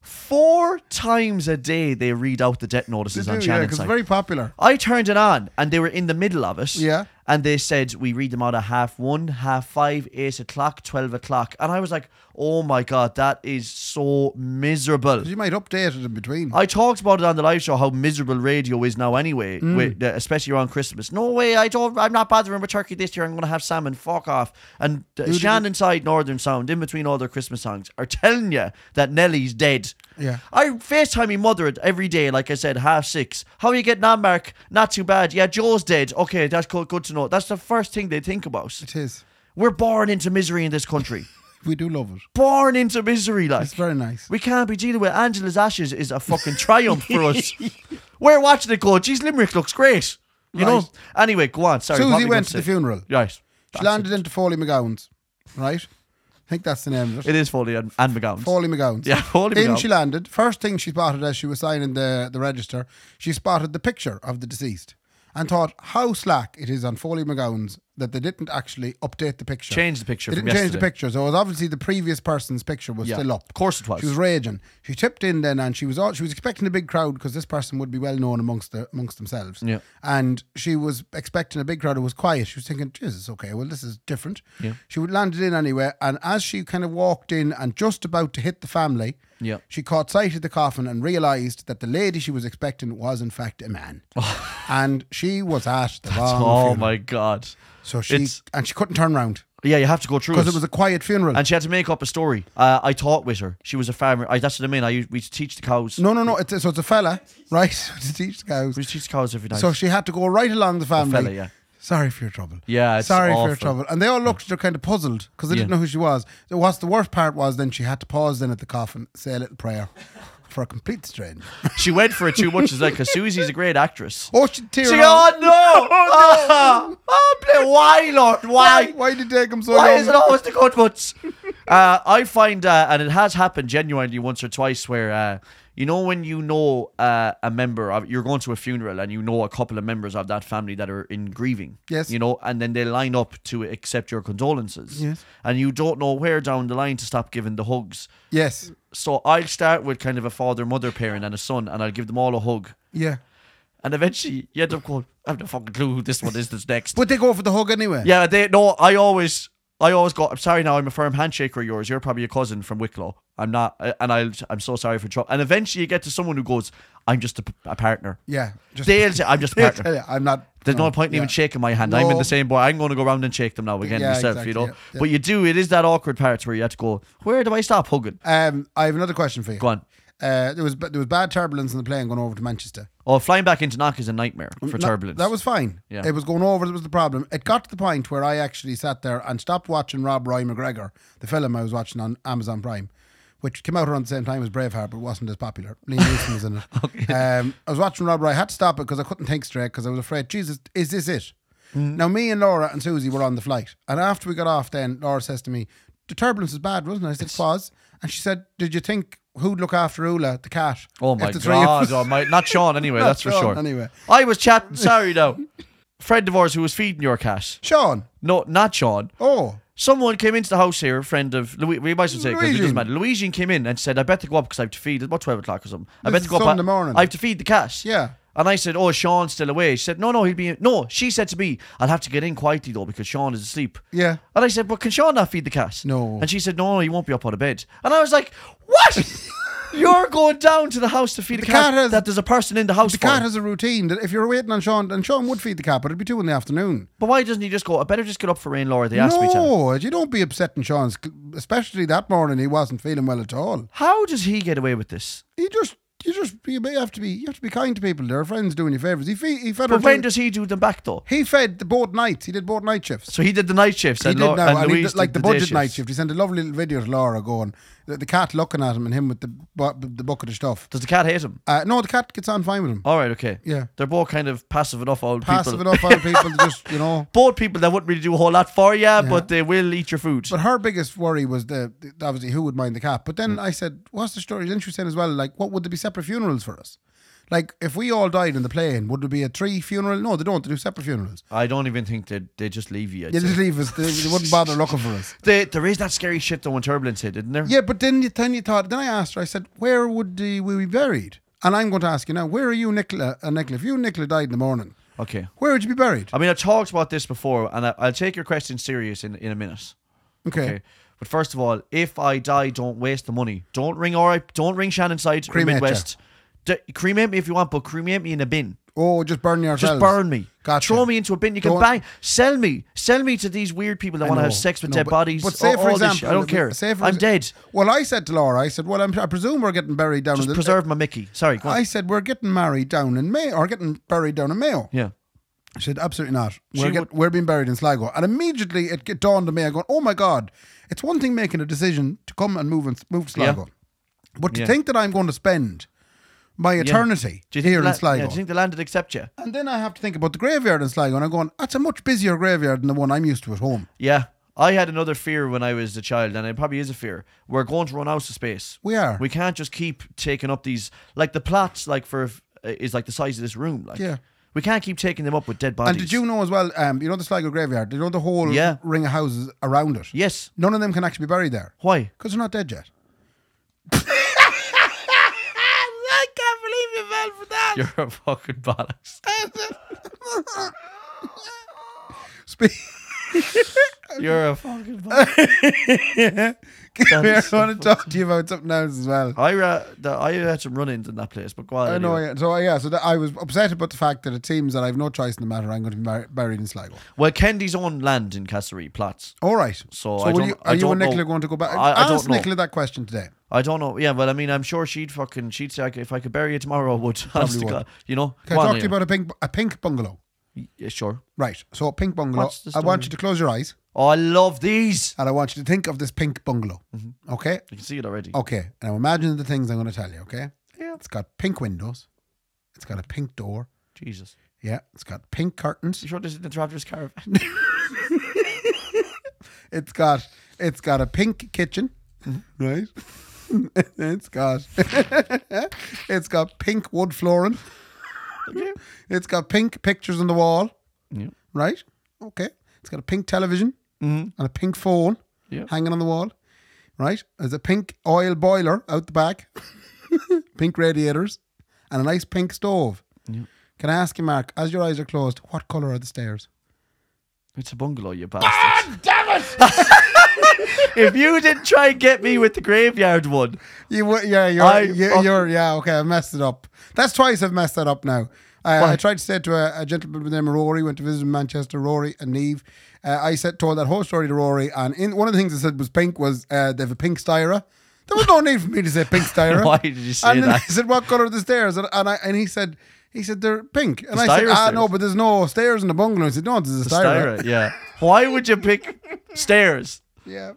C: Four times a day they read out the death notices
B: They
C: on
B: do, yeah,
C: Shannon
B: because
C: site.
B: it's very popular.
C: I turned it on and they were in the middle of it.
B: Yeah.
C: And they said, we read them out at half one, half five, eight o'clock, 12 o'clock. And I was like, oh my God, that is so miserable.
B: You might update it in between.
C: I talked about it on the live show how miserable radio is now anyway,
B: Mm.
C: with, uh, especially around Christmas. No way, I don't. I'm not bothering with turkey this year. I'm going to have salmon. Fuck off. And uh, Shannon Side Northern Sound, in between all their Christmas songs, are telling you that Nelly's dead.
B: Yeah.
C: I FaceTime me mother it every day, like I said, half six. How are you getting on, Mark? Not too bad. Yeah, Joe's dead. Okay, that's good, good to know. That's the first thing they think about.
B: it is.
C: We're born into misery in this country.
B: We do love it.
C: born into misery, like.
B: It's very nice.
C: We can't be dealing with Angela's ashes is a fucking triumph for us. We're watching it go, geez, Limerick looks great. You know?
B: Right.
C: Anyway, go on. Sorry. what
B: Susie
C: were you
B: went
C: gonna
B: to the
C: say?
B: funeral.
C: Right.
B: She landed into Foley McGowan's, right? I think that's the name of it.
C: It is Foley and, and McGowan.
B: Foley McGowan's.
C: Yeah, Foley
B: In
C: McGowan's.
B: she landed. First thing she spotted as she was signing the, the register, she spotted the picture of the deceased and thought how slack it is on Foley McGowan's that they didn't actually update the picture.
C: Change the picture
B: They
C: from
B: didn't change the
C: yesterday.
B: picture. So it was obviously the previous person's picture was
C: Yeah,
B: still up.
C: of course it was.
B: She was raging. She tipped in then and she was all, she was expecting a big crowd because this person would be well known amongst the, amongst themselves.
C: Yeah.
B: And she was expecting a big crowd. It was quiet. She was thinking, Jesus, okay, well, this is different.
C: Yeah.
B: She would landed in anyway. And as she kind of walked in and just about to hit the family,
C: Yeah.
B: she caught sight of the coffin and realized that the lady she was expecting was, in fact, a man. and she was at the wrong
C: Oh
B: funeral.
C: my God.
B: So she,
C: It's-
B: and she couldn't turn round
C: Yeah, you have to go through
B: because it was a quiet funeral.
C: and she had to make up a story. Uh, I taught with her. She was a farmer. I, that's what I mean. I used, we used to teach the cows.
B: No, no, no. It's, so it's a fella, right? to teach the cows.
C: We used to teach the cows every night.
B: So she had to go right along the family.
C: fella, yeah.
B: Sorry for your trouble.
C: Yeah, it's
B: Sorry for your
C: awful.
B: trouble. And they all looked, they're kind of puzzled because they didn't
C: Yeah.
B: know who she was. So what's the worst part was then she had to pause then at the coffin, say a little prayer for a complete stranger.
C: she went for it too much. It's like, because Susie's a great actress.
B: Oh, she teared up.
C: She, oh no! Oh, no. why, Lord? Why?
B: Why did it take him so
C: Why
B: long?
C: is it always the good ones? uh, I find, uh, and it has happened genuinely once or twice, where uh, you know when you know uh, a member of you're going to a funeral and you know a couple of members of that family that are in grieving.
B: Yes.
C: You know, and then they line up to accept your condolences.
B: Yes.
C: And you don't know where down the line to stop giving the hugs.
B: yes.
C: So I'll start with kind of a father, mother, parent, and a son, and I'll give them all a hug.
B: Yeah.
C: And eventually you end up going, I have no fucking clue who this one is that's next.
B: But they go for the hug anyway.
C: Yeah, they no. I always, I always go. I'm sorry. Now I'm a firm handshaker of yours. You're probably a cousin from Wicklow. I'm not, uh, and I, I'm so sorry for trouble. And eventually, you get to someone who goes, "I'm just a, p- a partner."
B: Yeah. Just
C: They'll say, "I'm just a
B: They'll tell
C: partner."
B: you, I'm not.
C: There's no, point in even shaking my hand. I'm in
B: No.
C: the same boat. I'm going to go round and shake them now again
B: Yeah,
C: myself, you
B: exactly,
C: know.
B: yeah, yeah.
C: But you do. It is that awkward part where you have to go. Where do I stop hugging?
B: Um, I have another question for you.
C: Go on.
B: Uh, there was there was bad turbulence in the plane going over to Manchester.
C: Oh, flying back into Knock is a nightmare for
B: Mm, No,
C: turbulence.
B: That was fine.
C: Yeah.
B: It was going over, that was the problem. It got to the point where I actually sat there and stopped watching Rob Roy McGregor, the film I was watching on Amazon Prime, which came out around the same time as Braveheart, but wasn't as popular. Liam Neeson was in it. um, I was watching Rob Roy. I had to stop it because I couldn't think straight because I was afraid, Jesus, is this it?
C: Mm.
B: Now, me and Laura and Susie were on the flight. And after we got off, then Laura says to me, The turbulence is bad, wasn't it? I said, It was. And she said, Did you think who'd look after Ula, the cat?
C: Oh
B: if
C: my
B: the three of
C: god!
B: us-
C: Oh my, not Sean anyway. that's for
B: Sean,
C: sure.
B: anyway.
C: I was chatting. Sorry though. Friend of ours who was feeding your cat.
B: Sean.
C: No, not Sean.
B: Oh.
C: Someone came into the house here, a friend of Louis. We might as well say because it
B: Luigi.
C: doesn't matter. Luigi came in and said, "I better go up because I have to feed. It's about twelve o'clock or something. I
B: This
C: better
B: is
C: go up.
B: Sunday
C: I-
B: morning.
C: I have to feed the cat."
B: Yeah.
C: And I said, "Oh, Sean's still away." She said, "No, no, he'll be." In. No, she said to me, "I'll have to get in quietly though because Sean is asleep."
B: Yeah.
C: And I said, "But can Sean not feed the cat?"
B: No.
C: And she said, "No, no, he won't be up out of bed." And I was like, "What?" You're going down to the house to feed a cat,
B: cat has-
C: that there's a person in the house.
B: The
C: for.
B: cat has a routine that if you're waiting on Sean, and Sean would feed the cat, but it'd be two in the afternoon.
C: but why doesn't he just go? I better just get up for rain, Laura. They asked me to.
B: no, you don't be upsetting Sean's, especially that morning. He wasn't feeling well at all.
C: How does he get away with this?
B: He just, you just, you may have to be, you have to be kind to people. There are friends doing you favors. He, fe- he fed her.
C: But when
B: two-
C: does he do them back though?
B: he fed the both nights. He did both night shifts.
C: So he did the night shifts.
B: He
C: and
B: did
C: Lo-
B: now,
C: and
B: and he
C: Louise
B: did, like
C: did
B: the,
C: day
B: budget
C: shifts.
B: night shift. He sent a lovely little video to Laura going, the, the cat looking at him and him with the bu- the bucket of stuff.
C: Does the cat hate him?
B: Uh, no, the cat gets on fine with him.
C: All right, okay.
B: Yeah.
C: They're both kind of passive enough old
B: Passive
C: people.
B: enough other people to just, you know.
C: Both people that wouldn't really do a whole lot for you, but they will eat your food.
B: But her biggest worry was the, the-
C: Mm.
B: obviously who would mind the cat. But then I said, "What's the story?" Then she was saying as well, like, "What would there be separate funerals for us?" Like, if we all died in the plane, would there be a three funeral? No, they don't. They do separate funerals.
C: I don't even think they they just leave you. I'd
B: They
C: say.
B: just leave us. They, they wouldn't bother looking for us.
C: They, there is that scary shit though when turbulence hit, didn't there?
B: Yeah, but then you, then you thought. Then I asked her. I said, "Where would uh, we be buried?" And I'm going to ask you now. Where are you, Nicola? Uh, Nicola, if you and Nicola died in the morning,
C: Okay.
B: where would you be buried?
C: I mean, I talked about this before, and I, I'll take your question serious in, in a minute.
B: Okay.
C: Okay. But first of all, if I die, don't waste the money. Don't ring all right. Don't ring Shannon side or
B: Cremate ya.
C: Midwest. D- cremate me if you want, but cremate me in a bin.
B: Oh, just burn
C: Just
B: yourselves.
C: burn me.
B: Gotcha.
C: Throw me into a bin. You can
B: Don't-
C: bang. Sell me. Sell me to these weird people that want to have
B: No,
C: sex with
B: no,
C: dead
B: but-
C: bodies.
B: But say
C: all-
B: for
C: all this
B: example,
C: shit. I don't care.
B: say for
C: I'm
B: exa-
C: dead.
B: Well, I said to Laura, I said, "Well, I'm, I presume we're getting buried down
C: Just
B: in the."
C: preserve my Mickey. Sorry. Go on.
B: I said we're getting married down in Mayo, or getting buried down in Mayo.
C: yeah.
B: She said, absolutely not. We're,
C: She
B: get-
C: would-
B: we're being buried in Sligo. And immediately it get- dawned on me, I go, oh my God, it's one thing making a decision to come and move and move to Sligo. But to
C: Yeah.
B: think that I'm going to spend my eternity
C: Do you think
B: here
C: the
B: in
C: la-
B: Sligo.
C: Yeah, do you think the land would accept you?
B: and then I have to think about the graveyard in Sligo. And I'm going, that's a much busier graveyard than the one I'm used to at home.
C: Yeah. I had another fear when I was a child, and it probably is a fear. We're going to run out of space.
B: We are.
C: We can't just keep taking up these like the plots like for uh, is like the size of this room. Like
B: Yeah.
C: we can't keep taking them up with dead bodies.
B: And did you know as well, um, you know the Sligo graveyard, you know the whole
C: Yeah.
B: ring of houses around it?
C: Yes.
B: None of them can actually be buried there
C: Why?
B: because they're not dead yet.
C: I can't believe you fell for
B: Ah!
C: that. You're a fucking bollocks.
B: Speak.
C: You're a fucking bollocks.
B: Come here,
C: is
B: I want to talk to you about something else as well.
C: I ra- the, I had some run-ins in that place, but go on.
B: I know.
C: anyway.
B: Yeah. So yeah. So that I was upset about the fact that it seems that I've no choice in the matter. I'm going to be mar- buried in Sligo.
C: Well, Kendy's own land in Castlereagh plots.
B: All right.
C: So
B: so
C: I
B: will
C: don't-
B: you,
C: I
B: are you
C: don't
B: and Nicola
C: know.
B: going to go back?
C: I- I
B: Ask
C: don't know.
B: Nicola that question today.
C: I don't know. Yeah, well, I mean, I'm sure she'd fucking she'd say if I could bury you tomorrow, I would. Honest to
B: would.
C: God, you know.
B: Can
C: Go
B: I
C: on,
B: talk to you
C: Liam.
B: about a pink a pink bungalow?
C: Yeah, sure.
B: Right. So a pink bungalow.
C: What's the
B: I want you
C: story?
B: to close your eyes
C: Oh, I love these.
B: and I want you to think of this pink bungalow.
C: Mm-hmm.
B: Okay.
C: You can see it already.
B: Okay. Now imagine the things I'm going to tell you. Okay.
C: Yeah.
B: It's got pink windows. It's got a pink door.
C: Jesus.
B: Yeah. It's got pink curtains.
C: You sure this isn't the Traveller's Caravan?
B: It's got it's got a pink kitchen, right? it's got it's got pink wood flooring. It's got pink pictures on the wall,
C: yeah.
B: right? Okay. It's got a pink television and a pink phone
C: Yeah.
B: hanging on the wall, right? There's a pink oil boiler out the back, pink radiators, and a nice pink stove. Can I ask you, Mark, as your eyes are closed, what color are the stairs?
C: It's a bungalow, you bastard. damn it! if you didn't try and get me with the graveyard one,
B: You were, yeah, you're,
C: I
B: you,
C: fuck-
B: you're, yeah, okay, I messed it up. That's twice I've messed that up now. Uh, I tried to say it to a, a gentleman by the name of Rory, went to visit him in Manchester, Rory and Neve. Uh, I said, told that whole story to Rory, and in, one of the things I said was pink was uh, they have a pink styra. There was no need for me to say pink styra.
C: Why did you say
B: and then
C: that?
B: I said, what colour are the stairs? And, and, I, and he said, he said, they're pink. And I said,
C: styra
B: ah,
C: stairs.
B: no, but there's no stairs in the bungalow. He said, no, there's a styra.
C: Styra. Yeah. Why would you pick stairs?
B: Yeah.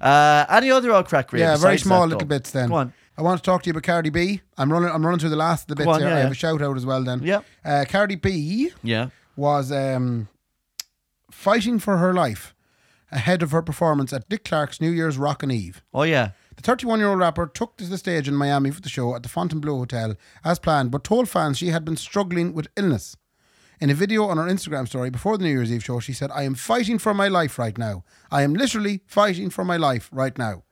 C: Uh, any other old crack grave?
B: Yeah, very
C: besides
B: small
C: that,
B: little
C: though?
B: bits then.
C: Go on.
B: I want to talk to you about Cardi B. I'm running I'm running through the last of the bits
C: on,
B: here.
C: yeah,
B: I
C: yeah.
B: have a shout out as well then.
C: Yeah.
B: Uh, Cardi B
C: Yeah.
B: was um, fighting for her life ahead of her performance at Dick Clark's New Year's Rockin' Eve.
C: Oh yeah.
B: The 31 year old rapper took to the stage in Miami for the show at the Fontainebleau Hotel as planned, but told fans she had been struggling with illness. In a video on her Instagram story before the New Year's Eve show, she said, I am fighting for my life right now. I am literally fighting for my life right now.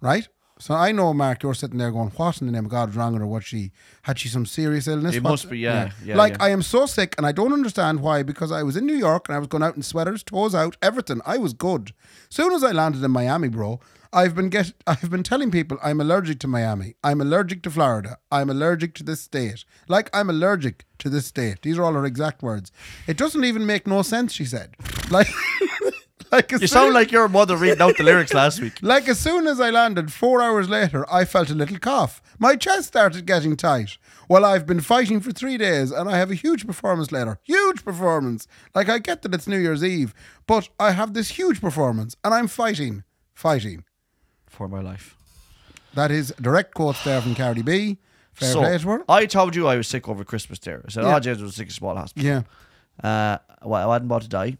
B: Right? So I know, Mark, you're sitting there going, What in the name of God is wrong with her? What she had she some serious illness?
C: It
B: What-
C: must be, yeah, yeah,
B: like
C: yeah.
B: I am so sick and I don't understand why because I was in New York and I was going out in sweaters, toes out, everything. I was good. Soon as I landed in Miami, bro, I've been get I've been telling people I'm allergic to Miami. I'm allergic to Florida. I'm allergic to this state. Like I'm allergic to this state. These are all her exact words. It doesn't even make no sense, she said. Like like as
C: You
B: soon-
C: sound like your mother reading out the lyrics last week.
B: like as soon as I landed, four hours later, I felt a little cough. My chest started getting tight. Well, I've been fighting for three days and I have a huge performance later. Huge performance. Like, I get that it's New Year's Eve, but I have this huge performance and I'm fighting. Fighting.
C: For my life.
B: That is direct quotes there from Cardi B. Fair play to her.
C: I told you I was sick over Christmas there. I said,
B: Yeah.
C: oh, James was sick in small hospital.
B: Yeah.
C: Uh, well, I wasn't about to die,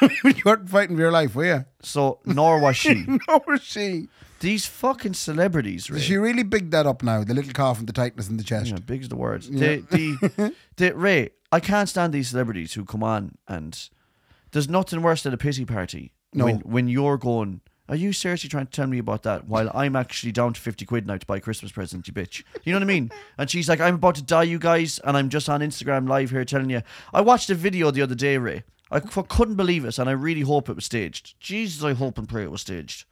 B: you weren't fighting for your life, were you?
C: so nor was she.
B: No, was she?
C: These fucking celebrities, Ray.
B: She really bigged that up now. The little cough and the tightness in the chest.
C: Yeah, big's the word. The, the, the, Ray, I can't stand these celebrities who come on and there's nothing worse than a pity party.
B: No.
C: When, when you're going, are you seriously trying to tell me about that while I'm actually down to 50 quid now to buy a Christmas present, you bitch? You know what I mean? And she's like, I'm about to die, you guys, and I'm just on Instagram live here telling you. I watched a video the other day, Ray. I c- couldn't believe it, and I really hope it was staged. Jesus, I hope and pray it was staged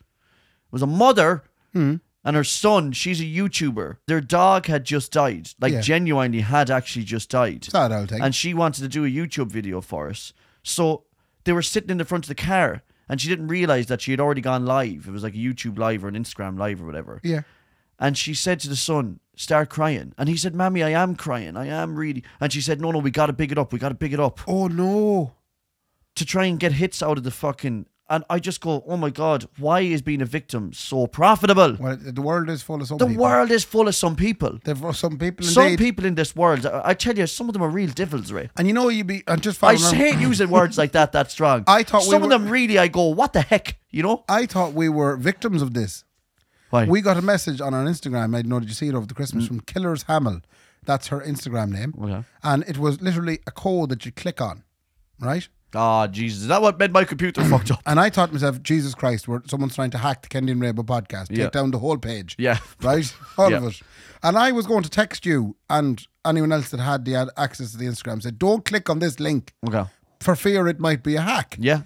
C: was a mother
B: Hmm.
C: and her son. She's a YouTuber. Their dog had just died, like
B: Yeah.
C: genuinely had actually just died.
B: Sad old thing.
C: And she wanted to do a YouTube video for us. So they were sitting in the front of the car and she didn't realize that she had already gone live. It was like a YouTube live or an Instagram live or whatever.
B: yeah.
C: And she said to the son, start crying. And he said, Mammy, I am crying. I am really. And she said, No, no, we got to big it up. We got to big it up
B: Oh no.
C: to try and get hits out of the fucking. And I just go, Oh my God, why is being a victim so profitable?
B: Well, the world is full of some
C: The
B: people.
C: world is full of some people.
B: There are some people.
C: Some
B: indeed.
C: people in this world, I I tell you, some of them are real devils, Ray.
B: And you know you'd be. And just
C: I
B: following.
C: hate using words like that that strong.
B: I thought we
C: some of
B: were-
C: them really, I go, what the heck, you know?
B: I thought we were victims of this.
C: Why?
B: We got a message on our Instagram. I don't know did you see it over the Christmas from Killers Hamill. That's her Instagram name.
C: Mm. Okay.
B: And it was literally a code that you click on, right?
C: Ah, Jesus, is that what made my computer fucked up?
B: And I thought to myself, Jesus Christ, we're, someone's trying to hack the Kenny and Rainbow podcast,
C: Yeah.
B: take down the whole page.
C: Yeah.
B: Right? All
C: Yeah.
B: of it. And I was going to text you and anyone else that had the ad- access to the Instagram said, don't click on this link
C: Okay.
B: for fear it might be a hack.
C: Yeah.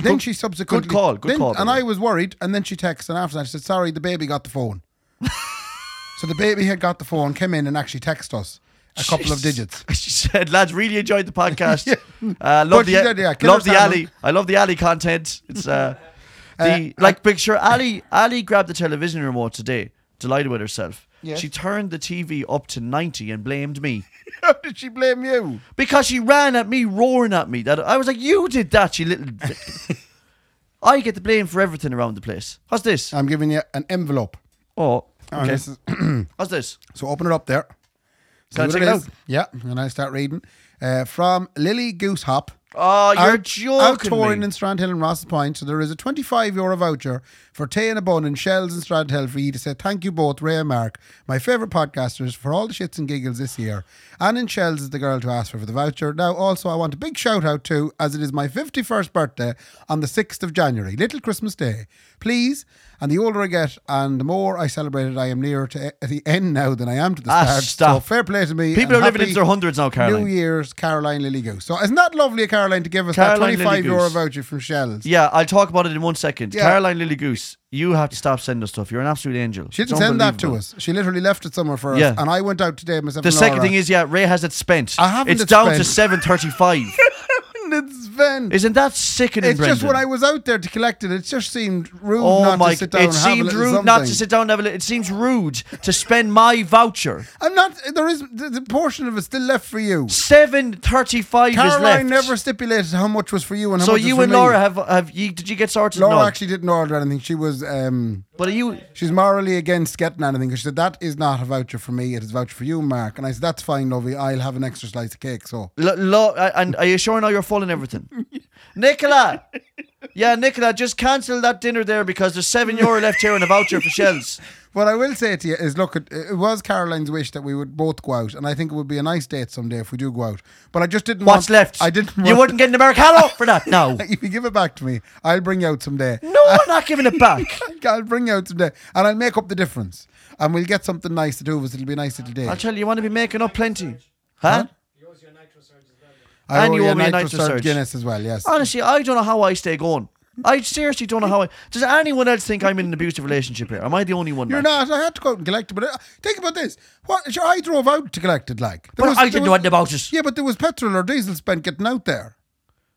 B: Then she subsequently
C: good call, good
B: then-
C: call, by
B: And
C: the way.
B: I was worried, and then she texted, and after that she said, "Sorry, the baby got the phone." so the baby had got the phone, came in, and actually texted us a couple of digits.
C: She said, lads, really enjoyed the podcast. uh, love
B: But she
C: the,
B: did, yeah,
C: love
B: Killer
C: the
B: Salmon.
C: alley. I love the alley content. It's uh, the like picture. Ali Ali grabbed the television remote today, delighted with herself.
B: Yes.
C: She turned the TV up to ninety and blamed me
B: How did she blame you?
C: because she ran at me, roaring at me. That I was like, "You did that, you little." dick." I get the blame for everything around the place. How's this?
B: I'm giving you an envelope.
C: oh,
B: And
C: okay.
B: this is-
C: How's this?
B: so open it up there. See
C: Can I
B: what
C: take it
B: is. Yeah, and I start reading uh, from Lily Goosehop.
C: Oh, you're
B: out,
C: joking
B: Out touring
C: me.
B: in Strandhill and Ross's Point, so there is a 25 euro voucher for tea and a bun and shells in Strandhill for you to say thank you both, Ray and Mark, my favourite podcasters, for all the shits and giggles this year. And in shells is the girl to ask for, for the voucher. Now, also, I want a big shout out to, as it is my 51st birthday on the 6th of January, little Christmas Day. Please, and the older I get and the more I celebrate it, I am nearer to e- the end now than I am to the
C: Ah,
B: start.
C: stop.
B: So fair play to me. and
C: People are living
B: happy
C: into their hundreds now, Caroline.
B: New Year's Caroline Lily Goose. So isn't that lovely, of Caroline, to give us
C: Caroline
B: that
C: Lily
B: 25 euro
C: Goose.
B: voucher from Shells?
C: Yeah, I'll talk about it in one second.
B: Yeah.
C: Caroline Lily Goose, you have to stop sending us stuff. You're an absolute angel.
B: She didn't send that to us. She literally left it somewhere for
C: Yeah.
B: us. And I went out today myself.
C: The
B: and
C: second
B: Laura.
C: thing is, yeah, Ray has it spent.
B: I haven't
C: It's
B: it
C: down to
B: spent.
C: seven thirty-five.
B: it's Sven. It's,
C: Isn't that sickening, Brendan?
B: just when I was out there to collect it, it just seemed rude
C: Oh
B: not
C: my!
B: to sit down
C: It
B: and have a
C: seemed
B: little
C: rude not to
B: something.
C: sit down and have a little. It seems rude to spend my voucher.
B: I'm not. There is the, the portion of it still left for you.
C: Seven thirty-five is left.
B: Caroline never stipulated how much was for you and how
C: so
B: much was
C: you
B: for
C: and
B: me.
C: Laura have have you? Did you get sorted?
B: Laura
C: no.
B: actually didn't order anything. She was um,
C: But are you?
B: She's morally against getting anything 'cause she said that is not a voucher for me. It is a voucher for you, Mark. And I said that's fine, Lovey. I'll have an extra slice of cake. So
C: Lo, lo, and are you sure now you're full and everything? Nicola! Yeah, Nicola, just cancel that dinner there because there's seven euro left here and a voucher for shells.
B: what I will say to you is, look, it, it was Caroline's wish that we would both go out, and I think it would be a nice date someday if we do go out. But I just didn't.
C: What's
B: want,
C: left?
B: I didn't.
C: You
B: want-
C: wouldn't get an Americano for that, no.
B: If you give it back to me, I'll bring you out someday.
C: No, I'm not giving it back.
B: I'll bring you out someday, and I'll make up the difference, and we'll get something nice to do with us. It'll be a nice little day.
C: I'll tell you, you want to be making up plenty. Huh?
D: He owes you a nitro surge as well. then.
B: I
C: and
B: owe
C: you owe
B: a
C: me a
B: nitro
C: nitro
B: surge
C: surge.
B: Guinness as well. Yes.
C: Honestly, I don't know how I stay going. I seriously don't know how I. Does anyone else think I'm in an abusive relationship here? Am I the only one?
B: You're
C: man?
B: not. I had to go out and collect it, but uh, think about this. What? Sure, I drove out to collect it, like. There
C: But
B: was-
C: I
B: there
C: didn't
B: was-
C: know anything about it.
B: Yeah, but there was petrol or diesel spent getting out there.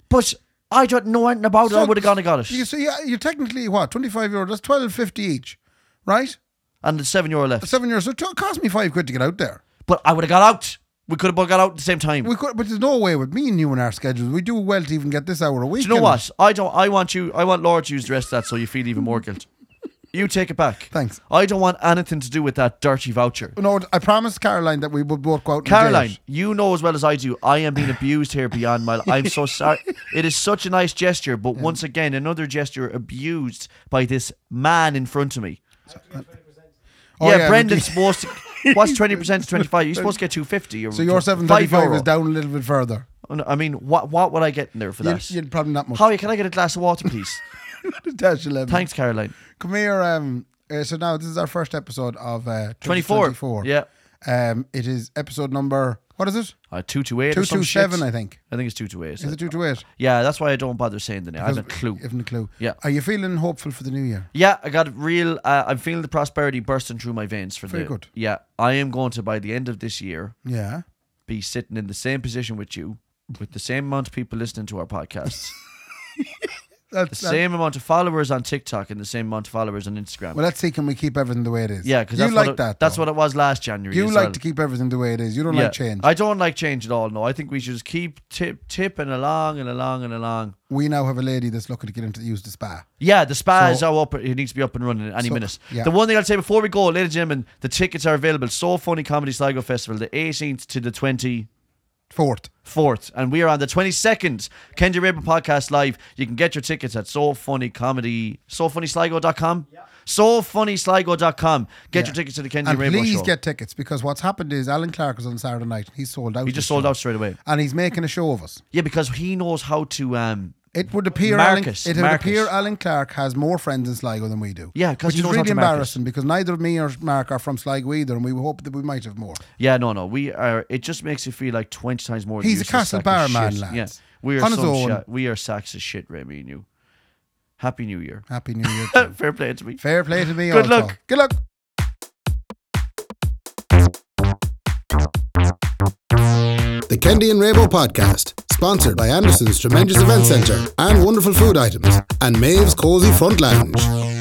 C: But I don't know anything about it. I
B: So-
C: would have gone and got it.
B: You see, yeah, you're technically what twenty five euro. That's twelve fifty each, right?
C: And there's seven euro left.
B: Seven euros. So it cost me five quid to get out there.
C: But I would have got out. We could have both got out at the same time.
B: We could, but there's no way with me and you and our schedules. We do well to even get this hour a week.
C: Do you know what? I don't. I want you. I want Laura to use the rest of that so you feel even more guilt. You take it back.
B: Thanks.
C: I don't want anything to do with that dirty voucher.
B: No, I promised Caroline that we would both go out. and
C: Caroline,
B: date.
C: you know as well as I do, I am being abused here beyond my. I'm so sorry. It is such a nice gesture, but once again, another gesture abused by this man in front of me.
B: Oh,
C: yeah,
B: yeah,
C: Brendan's
B: Mickey.
C: supposed to. What's twenty percent to twenty five? You're supposed to get two fifty.
B: So your seven thirty five is down a little bit further.
C: I mean, what what would I get in there for
B: You'd,
C: that?
B: you'd probably not much.
C: Howie, can I get a glass of water, please?
B: Dash eleven.
C: Thanks, Caroline.
B: Come here. Um. uh, so now this is our first episode of uh,
C: 24.
B: 24.
C: Yeah.
B: Um. It is episode number. What is it?
C: Uh, two to eight.
B: Two
C: or some
B: two seven.
C: shit.
B: I think.
C: I think it's two to eight.
B: Is it two two eight?
C: Yeah, that's why I don't bother saying the name. I have a clue.
B: Even a clue.
C: Yeah.
B: Are you feeling hopeful for the new year?
C: Yeah, I got real. Uh, I'm feeling the prosperity bursting through my veins for
B: Very
C: the.
B: good.
C: Yeah, I am going to by the end of this year
B: Yeah.
C: be sitting in the same position with you, with the same amount of people listening to our podcasts, the
B: That's, that's-
C: same amount of followers on TikTok, and the same amount of followers on Instagram.
B: well, let's see. Can we keep everything the way it is?
C: yeah, because
B: you
C: that's what
B: like
C: it-
B: that.
C: That's
B: though.
C: what it was last January.
B: you
C: as
B: like
C: well.
B: to keep everything the way it is. You don't like change.
C: I don't like change at all. No, I think we should just keep tip tipping along and along and along.
B: we now have a lady that's looking to get into use the spa.
C: Yeah, the spa is
B: So-
C: now up. It needs to be up and running at any
B: So-
C: minute.
B: yeah.
C: The one thing I'll say before we go, ladies and gentlemen, the tickets are available. So Funny Comedy Sligo Festival, the 18th to the 24th.
B: Fourth.
C: And we are on the 22nd. Kenji Rabin Podcast Live. You can get your tickets at So Funny Comedy, SoFunnySligo.com. SoFunnySligo.com. Get your tickets to the Kenji
B: and
C: Rainbow
B: please
C: Show.
B: get tickets because what's happened is Alan Clark was on Saturday night. He sold out.
C: he
B: his
C: just sold
B: show.
C: out straight away.
B: and he's making a show of us.
C: Yeah, because he knows how to. um
B: It would appear
C: Marcus,
B: Alan, it would
C: Marcus.
B: appear Alan Clark has more friends in Sligo than we do.
C: Yeah, 'cause
B: which
C: he
B: is
C: knows how
B: really
C: to market.
B: embarrassing because neither me or Mark are from Sligo either, and we hope that we might have more.
C: Yeah, no, no. We are. It just makes you feel like twenty times more.
B: He's a
C: useless
B: Castle
C: sack of
B: Bar man,
C: shit.
B: lads.
C: Yeah, we are
B: On his
C: some
B: own.
C: shi- We are sacks of shit, Remy and you. Happy New Year.
B: Happy New Year! to you.
C: Fair play to me.
B: Fair play to me.
C: Good
B: also.
C: luck.
B: Good luck.
A: The Kendi and Rabo podcast, sponsored by Anderson's Tremendous Event Centre and wonderful food items and Maeve's Cozy Front Lounge.